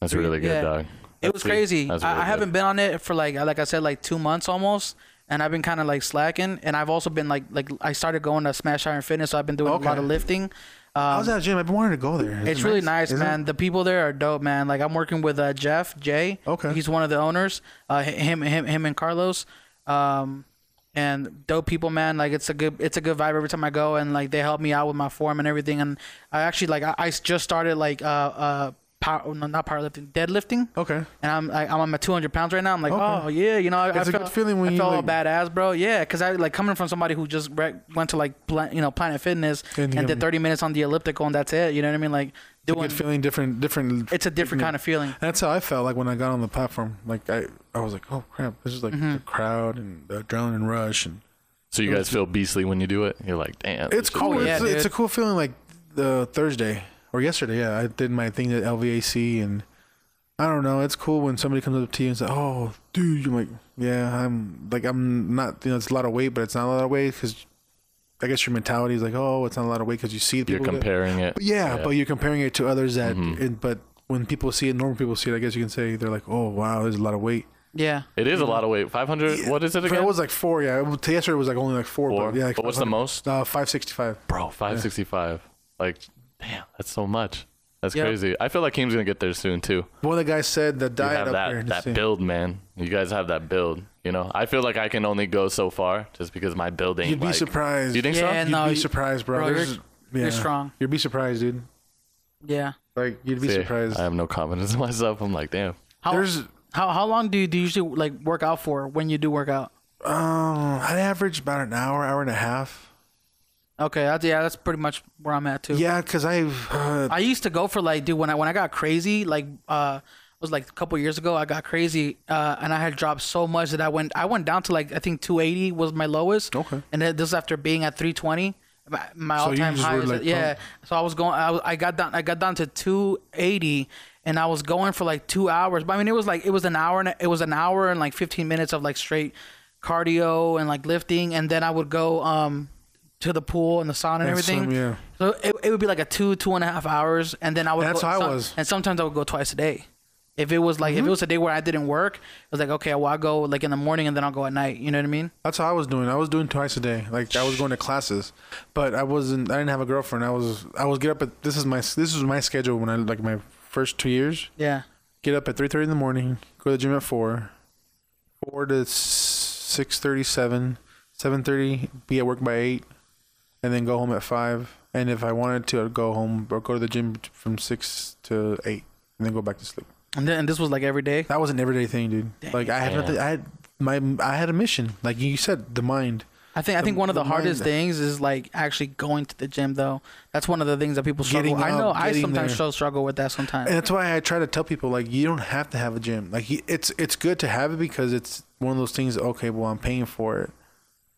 S5: That's really good,
S3: Yeah.
S5: dog.
S3: It was crazy.
S5: That's
S3: I,
S5: really
S3: I haven't
S5: good.
S3: been on it for like like I said like two months almost, and I've been kind of like slacking. And I've also been like like I started going to Smash Iron Fitness, so I've been doing a lot
S4: Okay.
S3: of lifting. Um,
S4: I was at a gym. I've been wanting to go there. Is
S3: It's
S4: it
S3: really nice,
S4: Is it?
S3: man. The people there are dope, man. Like I'm working with uh, Jeff Jay.
S4: Okay.
S3: He's one of the owners. Uh, h- him, him, him, and Carlos. Um, and dope people, man. Like it's a good, it's a good vibe every time I go, and like they help me out with my form and everything. And I actually like I, I just started like uh uh power no, not powerlifting deadlifting.
S4: Okay.
S3: And I'm I, I'm on my 200 pounds right now. I'm like, oh yeah, you know, I,
S4: It's
S3: I
S4: a
S3: felt,
S4: good feeling when
S3: I
S4: you,
S3: felt all
S4: like-
S3: badass, bro. Yeah, because I like coming from somebody who just re- went to like pla- you know Planet Fitness
S4: And
S3: and,
S4: you-
S3: did 30 minutes on the elliptical and that's it. You know what I mean? Like
S4: It's a
S3: doing
S4: good feeling different different
S3: it's a different kind of feeling.
S4: that's how i felt like when i got on the platform like i i was like oh crap this is like
S3: Mm-hmm.
S4: the crowd and the adrenaline rush and
S5: So you guys feel beastly when you do it? You're like, damn. this
S4: it's
S5: is
S4: cool
S5: good.
S3: yeah,
S4: it's, it's a
S3: dude.
S4: cool feeling like the thursday or yesterday yeah i did my thing at lvac and i don't know it's cool when somebody comes up to you and says oh dude you're like yeah i'm like i'm not you know it's a lot of weight but it's not a lot of weight because i guess your mentality is like oh it's not a lot of weight because you see the
S5: You're
S4: people that-
S5: comparing it.
S4: Yeah, but you're comparing it to others that,
S5: Mm-hmm.
S4: and, but when people see it, normal people see it. I guess you can say they're like, "Oh, wow, there's a lot of weight."
S3: Yeah.
S5: It is a lot of weight. 500. What is it
S4: But
S5: again?
S4: it was like four. Yeah, it was- yesterday was like only like four.
S5: Four?
S4: But yeah, like
S5: But what's the
S4: 500.
S5: most?
S4: Uh, five sixty-five.
S5: Bro, 565. Like, damn, that's so much. That's
S3: Yeah.
S5: crazy. I feel like Keem's gonna get there soon too.
S4: One of the guys said the
S5: You
S4: diet
S5: have
S4: up there.
S5: that, that
S4: Let's see.
S5: build, man. You guys have that build. You know, I feel like I can only go so far just because my build ain't
S4: You'd be
S5: like-
S4: surprised.
S5: You think
S3: Yeah,
S5: so?
S4: You'd
S3: No,
S4: be
S3: you-
S4: surprised, bro.
S3: uh, bro, you're-
S4: There's-
S3: you're strong.
S4: You'd be surprised, dude.
S3: Yeah.
S4: Like you'd be
S5: See,
S4: surprised.
S5: I have no confidence in myself. I'm like, damn.
S3: How,
S4: There's-
S3: how how long do you, do you usually like work out for when you do work out?
S4: um, I'd average about an hour, hour and a half.
S3: Okay, that's, yeah, that's pretty much where I'm at too.
S4: Yeah, because I've uh,
S3: I used to go for like, dude, when I when I got crazy, like uh it was like a couple years ago, I got crazy, uh, and I had dropped so much that I went I went down to like I think 280 was my lowest.
S4: Okay.
S3: And then this is after being at 320. My- My
S4: So
S3: all
S4: you
S3: time
S4: just
S3: high,
S4: were,
S3: is-
S4: like,
S3: yeah.
S4: pumped.
S3: So I was going, I, was, I got down, I got down to 280, and I was going for like two hours. But I mean, it was like it was an hour and it was an hour and like 15 minutes of like straight cardio and like lifting, and then I would go um to the pool and the sauna and
S4: And
S3: everything.
S4: swim, yeah.
S3: So it, it would be like a two two and a half hours, and then I would.
S4: That's
S3: go,
S4: how I was. Mm-hmm.
S3: And sometimes I would go twice a day. If it was like if it was a day where I didn't work, it was like okay, well I'll go like in the morning and then I'll go at night. You know what I mean?
S4: That's how I was doing. I was doing twice a day. Like I was going to classes, but I wasn't. I didn't have a girlfriend. I was. I was get up at. This is my. This is my schedule when I like my first two years.
S3: Yeah.
S4: Get up at three thirty in the morning. Go to the gym at four. Four to six thirty, seven, seven thirty. Be at work by eight, and then go home at five. And if I wanted to, I'd go home or go to the gym from six to eight, and then go back to sleep.
S3: And then and this was like every day.
S4: That was an everyday thing, dude. Like I had nothing. I had my I had a mission, like you said, the mind.
S3: I think I think one of the,
S4: the
S3: hardest
S4: mind-
S3: things is like actually going to the gym though. That's one of the things that people struggle.
S4: Getting
S3: I know
S4: up,
S3: I
S4: getting
S3: sometimes
S4: there.
S3: still struggle with that sometimes.
S4: And that's why I try to tell people like you don't have to have a gym. Like you- it's it's good to have it because it's one of those things. Okay, well I'm paying for it.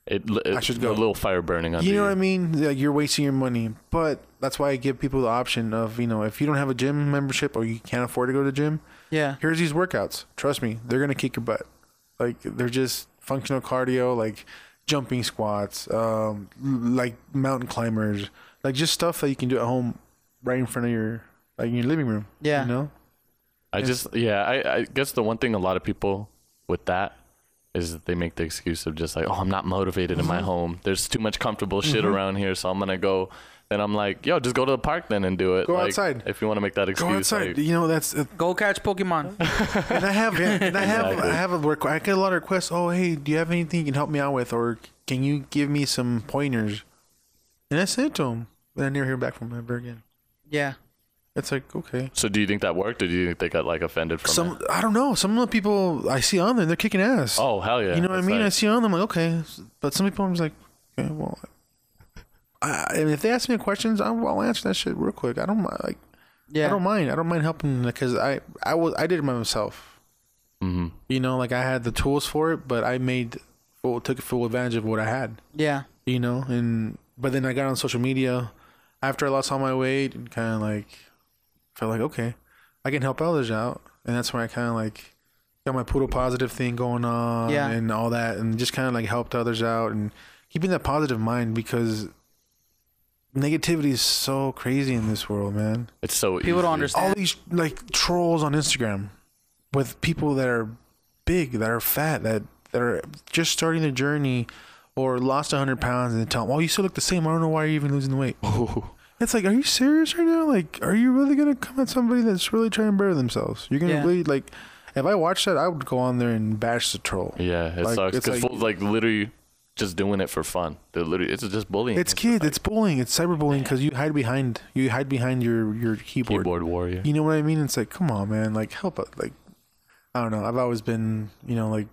S5: It, it,
S4: I should
S5: A
S4: go.
S5: little fire burning under
S4: You know what I mean? Like you're wasting your money. But that's why I give people the option of you know if you don't have a gym membership or you can't afford to go to the gym,
S3: yeah.
S4: here's these workouts. Trust me, they're gonna kick your butt. Like they're just functional cardio, like jumping squats, um, like mountain climbers, like just stuff that you can do at home, right in front of your like in your living room.
S3: Yeah.
S4: you know.
S5: I just yeah, I, I guess the one thing a lot of people with that is that they make the excuse of just like, oh, I'm not motivated in
S4: Mm-hmm.
S5: my home. There's too much comfortable shit around here, so I'm gonna go. And I'm like, yo, just go to the park then and do it.
S4: Go
S5: Like,
S4: outside.
S5: if you want to make that excuse.
S4: Go outside.
S5: like-
S4: You know that's uh,
S3: Go catch Pokemon.
S4: and I have yeah, and I have
S5: Exactly.
S4: I have a work. I get a lot of requests. Oh hey, do you have anything you can help me out with, or can you give me some pointers? And I sent to him, but I never hear back from him ever again.
S3: yeah.
S4: It's like okay.
S5: so do you think that worked, or do you think they got like offended from
S4: Some
S5: it?
S4: I don't know. Some of the people I see on there, they're kicking ass.
S5: Oh hell yeah!
S4: you know what I
S5: It's
S4: mean? I
S5: like-
S4: see on them like okay, but some people I'm just like, okay, well, I, I mean, if they ask me questions, I'll, I'll answer that shit real quick. I don't mi- like.
S3: Yeah.
S4: I don't mind. I don't mind helping because I I was I did it by myself. Mm-hmm. You know, like I had the tools for it, but I made full took full advantage of what I had.
S3: Yeah.
S4: You know, and but then I got on social media after I lost all my weight and kind of like felt like okay, I can help others out, and that's when I kind of like got my poodle positive thing going on
S3: Yeah.
S4: and all that, and just kind of like helped others out and keeping that positive mind because negativity is so crazy in this world, man
S5: it's so
S3: People don't
S5: easy.
S3: understand.
S4: all these like trolls on Instagram with people that are big, that are fat, that that are just starting their journey or lost 100 pounds and they tell them, "Oh, you still look the same. I don't know why you're even losing the weight." It's like, are you serious right now? Like, are you really gonna come at somebody that's really trying to better themselves? You're gonna
S3: Yeah.
S4: bleed. Like, if I watched that, I would go on there and bash the troll.
S5: Yeah, it
S4: Like,
S5: sucks
S4: it's
S5: because
S4: like-
S5: fools like literally just doing it for fun. They're literally it's just bullying.
S4: It's kids. It's bullying. It's cyberbullying because you hide behind you hide behind your your keyboard.
S5: keyboard warrior.
S4: You know what I mean? It's like, come on, man. Like, help us. Like, I don't know. I've always been, you know, like,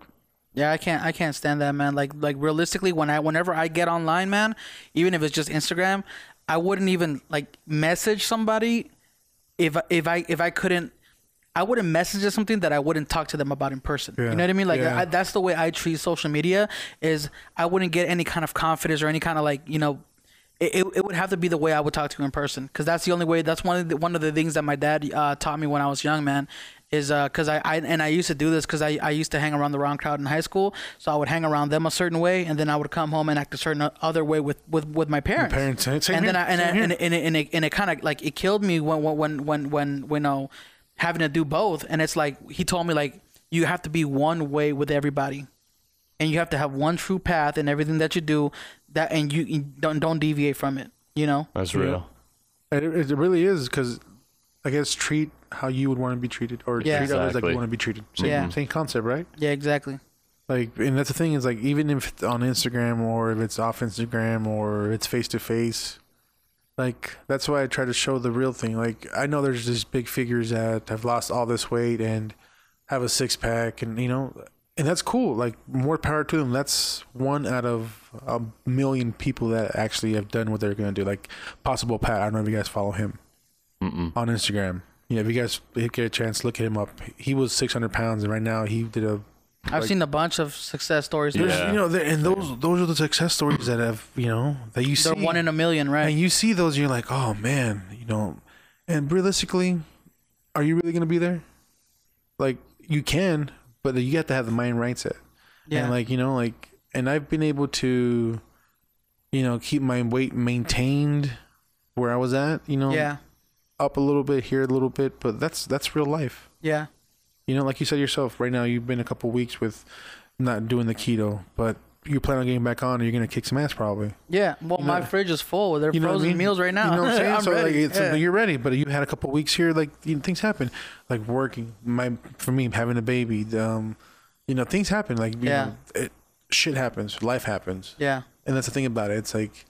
S3: Yeah, I can't I can't stand that man. Like like realistically when I whenever I get online, man, even if it's just Instagram, I wouldn't even like message somebody if if I if I couldn't I wouldn't message them something that I wouldn't talk to them about in person.
S4: Yeah,
S3: You know what I mean? Like
S4: yeah.
S3: I, that's the way I treat social media is I wouldn't get any kind of confidence or any kind of like, you know, it, it, it would have to be the way I would talk to you in person because that's the only way. That's one of the, one of the things that my dad uh, taught me when I was young, man. Is because I, I and I used to do this because I, I used to hang around the wrong crowd in high school, so I would hang around them a certain way, and then I would come home and act a certain other way with with, with my parents.
S4: parents, same- same
S3: and then
S4: here,
S3: I, and,
S4: same
S3: I,
S4: here.
S3: and, it- and it, and it, and it kind of like it killed me when when when when when you know having to do both, and it's like he told me like you have to be one way with everybody and you have to have one true path in everything that you do that and you, you don't don't deviate from it you know
S5: That's real.
S4: it, it really is because I guess treat how you would want to be treated or
S3: Yeah.
S4: treat others like
S5: Exactly.
S4: you want to be treated. Same,
S3: Yeah.
S4: same concept, right?
S3: yeah exactly
S4: Like, and that's the thing is like, even if it's on Instagram or if it's off Instagram or it's face to face, like, that's why I try to show the real thing. Like, I know there's these big figures that have lost all this weight and have a six pack and, you know, and that's cool. Like, more power to them. That's one out of a million people that actually have done what they're going to do. Like, Possible Pat, I don't know if you guys follow him on Instagram. Yeah, if you guys get a chance, look him up. He was 600 pounds, and right now he did a
S3: i've seen a bunch of success stories
S5: Yeah.
S4: there's, you know, there- and those those are the success stories that have, you know, that you see.
S3: they're one in a million right
S4: and you see those, you're like, oh man, you know. And realistically, are you really gonna be there? Like you can, but you have to have the mind right set.
S3: Yeah.
S4: And like you know, like, and I've been able to, you know, keep my weight maintained where I was at. You know,
S3: yeah
S4: up a little bit here, a little bit, but that's that's real life.
S3: yeah
S4: You know, like you said yourself, right now you've been a couple weeks with not doing the keto, but you plan on getting back on, and you're gonna kick some ass probably.
S3: yeah well my fridge is full they're
S4: You know what I
S3: frozen
S4: mean?
S3: meals right now
S4: You know what I'm saying?
S3: I'm
S4: so
S3: ready.
S4: like, it's,
S3: Yeah.
S4: you're ready, but you had a couple weeks here. Like you know, things happen, like working. My for me having a baby. the, Um, you know things happen. Like you
S3: Yeah.
S4: know, it, shit happens. Life happens.
S3: yeah
S4: And that's the thing about it. It's like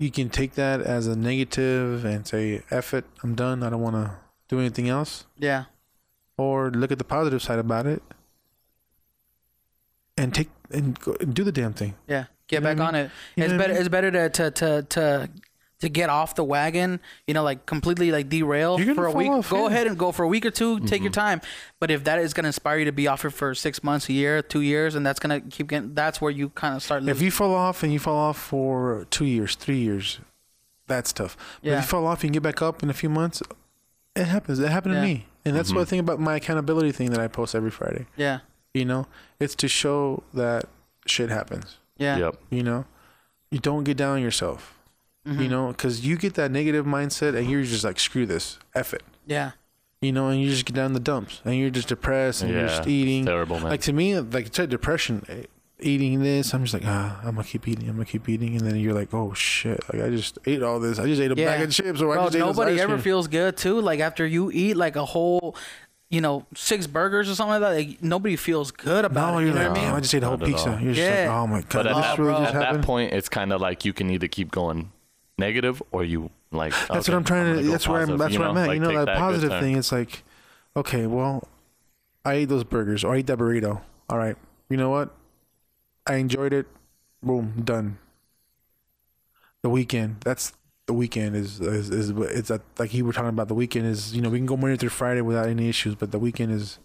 S4: you can take that as a negative and say, "F it, I'm done. I don't want to do anything else."
S3: yeah
S4: Or look at the positive side about it. and take and go, do the damn thing.
S3: Yeah, get
S4: know
S3: back
S4: what I
S3: on
S4: mean?
S3: it.
S4: You know
S3: it's
S4: what I
S3: better.
S4: mean?
S3: It's better to to to to to get off the wagon. You know, like completely like derail
S4: You're gonna
S3: for a
S4: fall
S3: week.
S4: off,
S3: go
S4: yeah. Mm-hmm.
S3: ahead and go for a week or 2 Take your time. But if that is gonna inspire you to be off it for six months, a year, two years, and that's gonna keep getting, that's where you kind of start.
S4: If
S3: Losing.
S4: you fall off and you fall off for two years, three years, that's tough. But
S3: Yeah.
S4: if you fall off, you can get back up in a few months. It happens. It happened
S3: Yeah.
S4: to me, and that's what I think about my accountability thing that I post every Friday.
S3: yeah,
S4: You know, it's to show that shit happens.
S3: yeah,
S5: Yep.
S4: You know, you don't get down on yourself.
S3: Mm-hmm.
S4: You know, because you get that negative mindset and you're just like, screw this, F it.
S3: yeah,
S4: You know, and you just get down in the dumps and you're just depressed and you're
S5: Yeah,
S4: just
S5: it's
S4: eating.
S5: terrible, man.
S4: Like to me, like I said, depression, eh, eating this, I'm just like, ah, I'm going to keep eating, I'm going to keep eating. And then you're like, oh shit, like I just ate all this. I just ate a
S3: yeah.
S4: bag of chips or I
S3: Bro,
S4: just ate
S3: nobody
S4: this ice
S3: ever
S4: cream."
S3: feels good too. Like after you eat like a whole, you know, six burgers or something like that. Like nobody feels good about
S4: No,
S3: it. You
S4: you're
S3: know
S4: like,
S3: what I
S4: damn, I
S3: mean?
S4: just ate a whole
S5: Not at
S4: pizza.
S5: all.
S4: You're just
S3: Yeah.
S4: like, oh my God,
S5: But at,
S4: this
S5: that,
S4: really just
S5: at that
S4: happened.
S5: point, it's kind of like you can either keep going negative or you like.
S4: That's what I'm trying to. that's where I'm. That's where I'm at. you know that, positive thing. It's like, okay, well, I ate those burgers or I ate that burrito. All right, you know what? I enjoyed it. Boom, done. The weekend. That's the weekend. Is is is it's that like you were talking about. The weekend is you know we can go Monday through Friday without any issues, but the weekend is.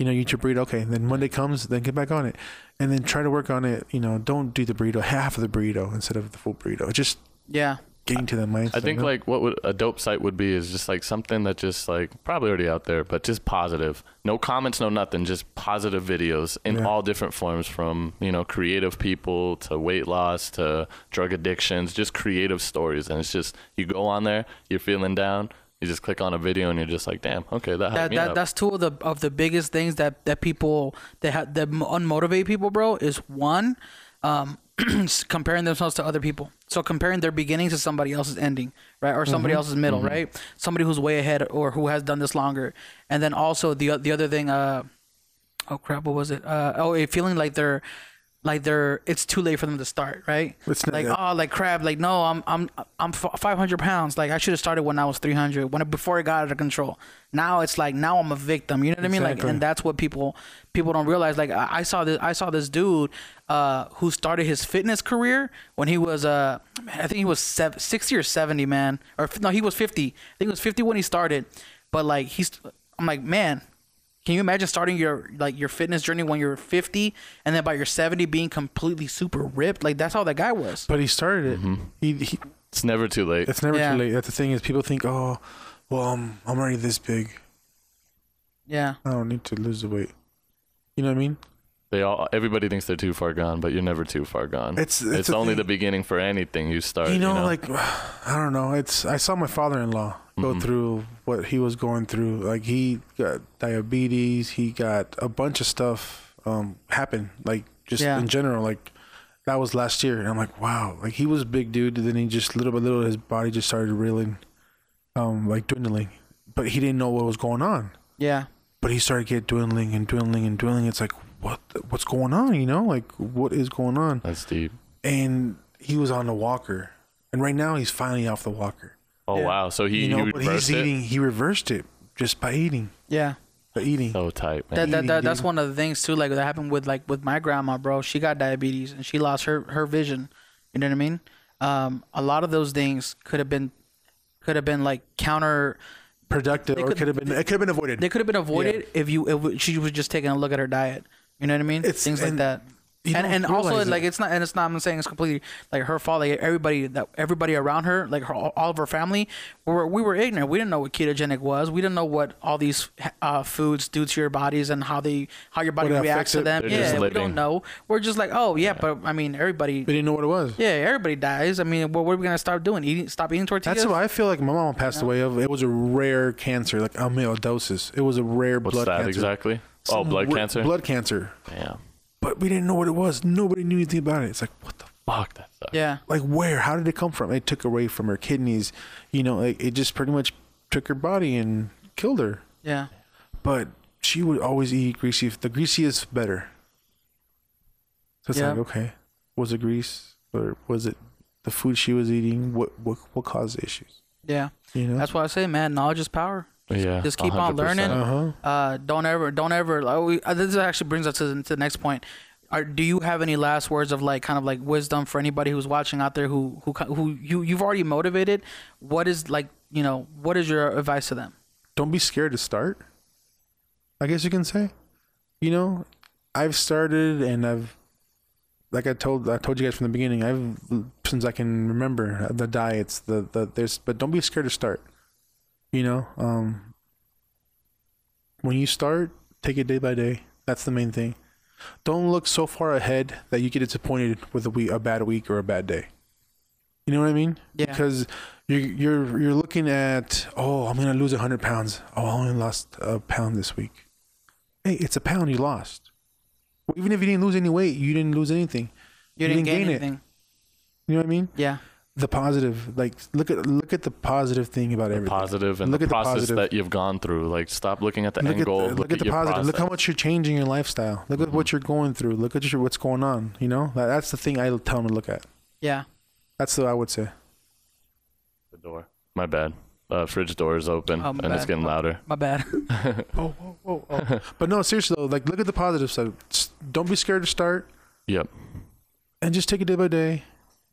S4: You know, you eat your burrito. Okay, then Monday comes, then get back on it, and then try to work on it. You know, don't do the burrito half of the burrito instead of the full burrito. Just
S3: Yeah,
S4: getting to the mindset.
S5: I
S4: you
S5: think
S4: know?
S5: like what would a dope site would be is just like something that just like probably already out there, but just positive. No comments, no nothing, just positive videos in all different forms from, you know, creative people to weight loss to drug addictions, just creative stories. And it's just you go on there, you're feeling down, you just click on a video and you're just like, damn, okay, that helped
S3: that,
S5: me
S3: that
S5: out.
S3: that's two of the of the biggest things that that people that ha- that m- unmotivate people, bro, is one, um, comparing themselves to other people. So comparing their beginning to somebody else's ending, right, or somebody else's middle, right, somebody who's way ahead or who has done this longer, and then also the o- the other thing, uh, oh crap, what was it? Uh, oh, it feeling like they're like they're it's too late for them to start, right?
S4: It's not-
S3: like oh, like crap, like no, I'm I'm I'm f- 500 pounds. Like I should have started when I was 300, when before it got out of control. Now it's like now I'm a victim. You know what I mean? Like,
S4: Exactly.
S3: and that's what people people don't realize. Like I, I saw this I saw this dude uh, who started his fitness career when he was uh man, I think he was sev 60 or 70, man, or f- no, he was 50. I think he was 50 when he started. But like he's, I'm like man. Can you imagine starting your like your fitness journey when you're 50 and then by your 70 being completely super ripped? Like that's how that guy was.
S4: But he started it. He, he,
S5: it's never too late.
S4: it's never
S3: Yeah.
S4: too late. That's the thing is people think, oh, well, I'm, I'm already this big.
S3: Yeah.
S4: I don't need to lose the weight. You know what I mean?
S5: they all everybody thinks they're too far gone, but you're never too far gone.
S4: It's- it's a
S5: only
S4: thing.
S5: the beginning for anything you start.
S4: Uh, you know, like I don't know. It's I saw my father-in-law go through what he was going through. Like he got diabetes. He got a bunch of stuff um, happen. Like just
S3: Yeah.
S4: in general. Like that was last year, and I'm like, wow. Like he was a big dude, and then he just little by little, his body just started reeling, um, like dwindling. But he didn't know what was going on.
S3: Yeah.
S4: but he started get dwindling and dwindling and dwindling. It's like what what's going on? You know, like what is going on?
S5: that's deep.
S4: And he was on the walker, and right now he's finally off the walker.
S5: Oh wow! So
S4: You
S5: he he
S4: know, but
S5: reversed
S4: he's
S5: it.
S4: eating. He reversed it just by eating.
S3: Yeah.
S4: By eating.
S5: So tight, man.
S3: That, that,
S4: Eating,
S3: that that's
S4: dude.
S3: one of the things too. Like that happened with like with my grandma, bro. She got diabetes and she lost her her vision. You know what I mean? Um, a lot of those things could have been could have been like counter.
S4: Productive, or
S3: could-
S4: could have been. It could have been avoided.
S3: They could have been avoided if you if she was just taking a look at her diet. You know what I mean?
S4: It's-
S3: things like
S4: and
S3: that.
S4: you
S3: And
S4: don't
S3: and also
S4: realize it.
S3: like it's not and it's not. I'm not saying it's completely like her fault. Like everybody that everybody around her, like her, all of her family, we were we were ignorant. We didn't know what ketogenic was. We didn't know what all these uh, foods do to your bodies and how they how your body
S4: What
S3: reacts
S4: affects
S3: to
S4: it.
S3: them.
S5: They're just
S3: yeah, we
S5: living.
S3: don't know. We're just like, oh yeah, but I mean everybody.
S4: they didn't know what it was.
S3: Yeah, everybody dies. I mean, what, what are we gonna start doing? Eating? Stop eating tortillas?
S4: That's what I feel like. My mom passed away of. It was a rare cancer, like amyloidosis. It was a rare
S5: What's
S4: blood
S5: that
S4: cancer.
S5: exactly? oh,
S4: Some
S5: blood
S4: ra-
S5: cancer.
S4: Blood cancer.
S5: Damn.
S4: But we didn't know what it was. Nobody knew anything about it. It's like what the
S5: Fuck that sucks.
S3: yeah.
S4: like where how did it come from it took away from her kidneys you know like it just pretty much took her body and killed her
S3: Yeah.
S4: but she would always eat greasy the greasiest better so it's
S3: Yeah.
S4: like okay was it grease or was it the food she was eating what what, what caused the issues
S3: Yeah.
S4: you know
S3: That's why I say, man, knowledge is power.
S5: Yeah.
S3: Just keep on
S5: 100%.
S3: learning.
S4: uh-huh
S3: Uh, don't ever, don't ever. Like, we, uh, this actually brings us to the, to the next point. Are- Are, do you have any last words of like kind of like wisdom for anybody who's watching out there who who who you you've already motivated? What is like you know what is your advice to them?
S4: don't be scared to start. I guess you can say, you know, I've started and I've, like I told I told you guys from the beginning, I've since I can remember the diets, the the there's, but don't be scared to start. You know, um, when you start, take it day by day. That's the main thing. Don't look so far ahead that you get disappointed with a week, a bad week, or a bad day. You know what I mean?
S3: Yeah.
S4: Because you're you're you're looking at oh I'm gonna lose hundred pounds. Oh I only lost a pound this week. Hey, it's a pound you lost. Even if you didn't lose any weight, you didn't lose anything.
S3: You, didn't, gain, anything.
S4: You know what I mean?
S3: Yeah.
S4: The positive, like look at look at the positive thing about everything.
S5: Positive and
S4: look
S5: the
S4: at the
S5: process
S4: positive.
S5: that you've gone through. Like, stop looking at the
S4: look
S5: end
S4: at the,
S5: goal.
S4: look, at the
S5: your
S4: positive. Look how
S5: process. Mm-hmm.
S4: much you're changing your lifestyle. Look at what you're going through. Look at your, what's going on. You know that, that's the thing I tell them to look at.
S3: Yeah.
S4: That's what I would say.
S5: The door. My bad. Uh, fridge door is open
S3: Oh, my
S5: and it's
S3: bad.
S5: getting louder.
S3: My bad.
S4: Oh, oh, oh, oh. but no, seriously though, like look at the positive side. S- Don't be scared to start.
S5: Yep.
S4: and just take it day by day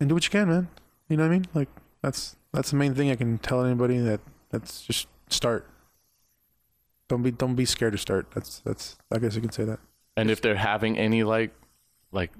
S4: and do what you can, man. You know what I mean? Like that's that's the main thing I can tell anybody that that's just start. Don't be don't be scared to start. That's that's I guess you can say that.
S5: And if they're having any like, like,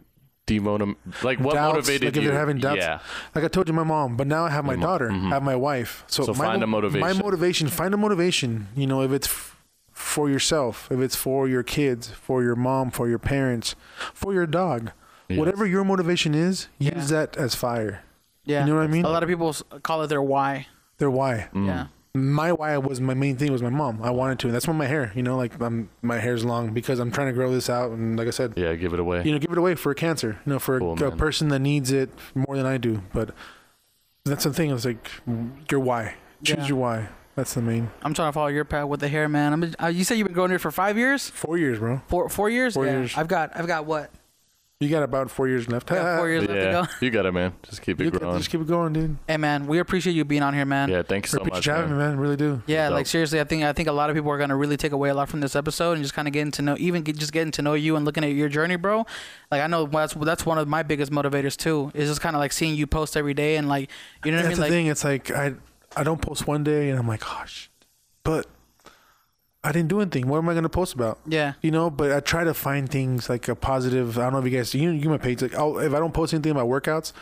S5: demotiv, like what
S4: Doubts,
S5: motivated
S4: like if
S5: you?
S4: they're having doubts.
S5: Yeah.
S4: Like I told you, my mom, but now I have my
S5: Your mom,
S4: daughter,
S5: mhm.
S4: I have my wife. So,
S5: So
S4: my,
S5: find a
S4: My
S5: motivation.
S4: motivation, find a motivation. You know, if it's f- for yourself, if it's for your kids, for your mom, for your parents, for your dog,
S5: Yes.
S4: whatever your motivation is,
S3: Yeah.
S4: use that as fire.
S3: Yeah.
S4: You know what I mean?
S3: A lot of people s- call it their why.
S4: Their why.
S5: Mm.
S3: Yeah.
S4: my why was my main thing was my mom. I wanted to. That's why my hair, you know, like I'm, my hair's long because I'm trying to grow this out. And like I said,
S5: Yeah. Give it away.
S4: you know, give it away for a cancer, you know, for a-
S5: Cool,
S4: a,
S5: man.
S4: person that needs it more than I do. But that's the thing. It's like your why. Choose
S3: Yeah.
S4: your why. That's the main.
S3: I'm trying to follow your path with the hair, man. I'm, uh, you said you've been growing it for five years.
S4: Four years, bro.
S3: Four four years.
S4: Four
S3: yeah.
S4: years.
S3: I've got I've got what?
S4: You got about four years left.
S3: I got four years
S5: yeah.
S3: left to go.
S5: You got it, man. Just keep it
S4: You got,
S5: growing.
S4: just keep it going, dude.
S3: Hey, man, we appreciate you being on here, man.
S5: yeah. Thanks so
S4: Appreciate
S5: much.
S4: you having
S5: man.
S4: me, man. Really do.
S3: Yeah,
S5: Dope.
S3: like seriously, I think I think a lot of people are gonna really take away a lot from this episode and just kind of getting to know, even get, just getting to know you and looking at your journey, bro. Like I know that's that's one of my biggest motivators too. Is just kind of like seeing you post every day and like you know what I
S4: That's
S3: mean.
S4: the
S3: Like
S4: thing. It's like I I don't post one day and I'm like, gosh, but I didn't do anything. What am I gonna post about?
S3: yeah,
S4: you know but i try to find things like a positive i don't know if you guys you, you my page like I'll, if i don't post anything about workouts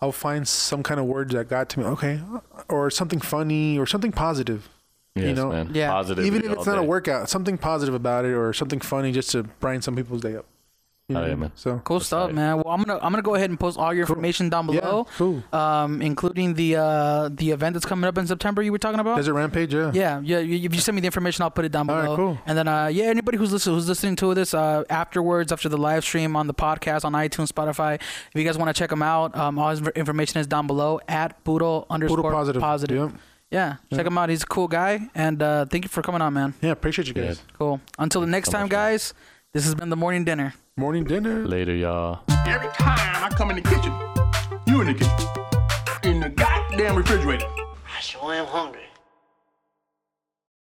S4: i'll find some kind of words that got to me okay or something funny or something positive
S5: Yes,
S4: you know
S5: man.
S3: Yeah.
S5: Positivity
S4: even if
S5: all
S4: it's not a
S5: day.
S4: workout something positive about it or something funny just to brighten some people's day up you
S5: Oh, yeah,
S4: know?
S5: man.
S4: so
S3: cool stuff,
S5: right.
S3: man. Well, I'm gonna I'm gonna go ahead and post all your information down
S4: Yeah,
S3: below,
S4: cool.
S3: um, including the uh the event that's coming up in September. You were talking about.
S4: there's a rampage yeah
S3: Yeah, yeah. You, if you send me the information, I'll put it down
S4: All
S3: below.
S4: right, cool.
S3: And then, uh, yeah, anybody who's listening, who's listening to this uh, afterwards, after the live stream on the podcast on iTunes, Spotify, if you guys want to check them out, um, all his information is down below at Poodle underscore
S4: Poodle positive Yep.
S3: Yeah, check him out. He's a cool guy, and uh, thank you for coming on, man.
S4: yeah appreciate you guys
S3: Cool. Until the next time, guys. This has been the morning dinner.
S4: morning dinner
S5: Later, y'all.
S1: Every time I come in the kitchen, you in the kitchen. In the goddamn refrigerator.
S2: I sure am hungry.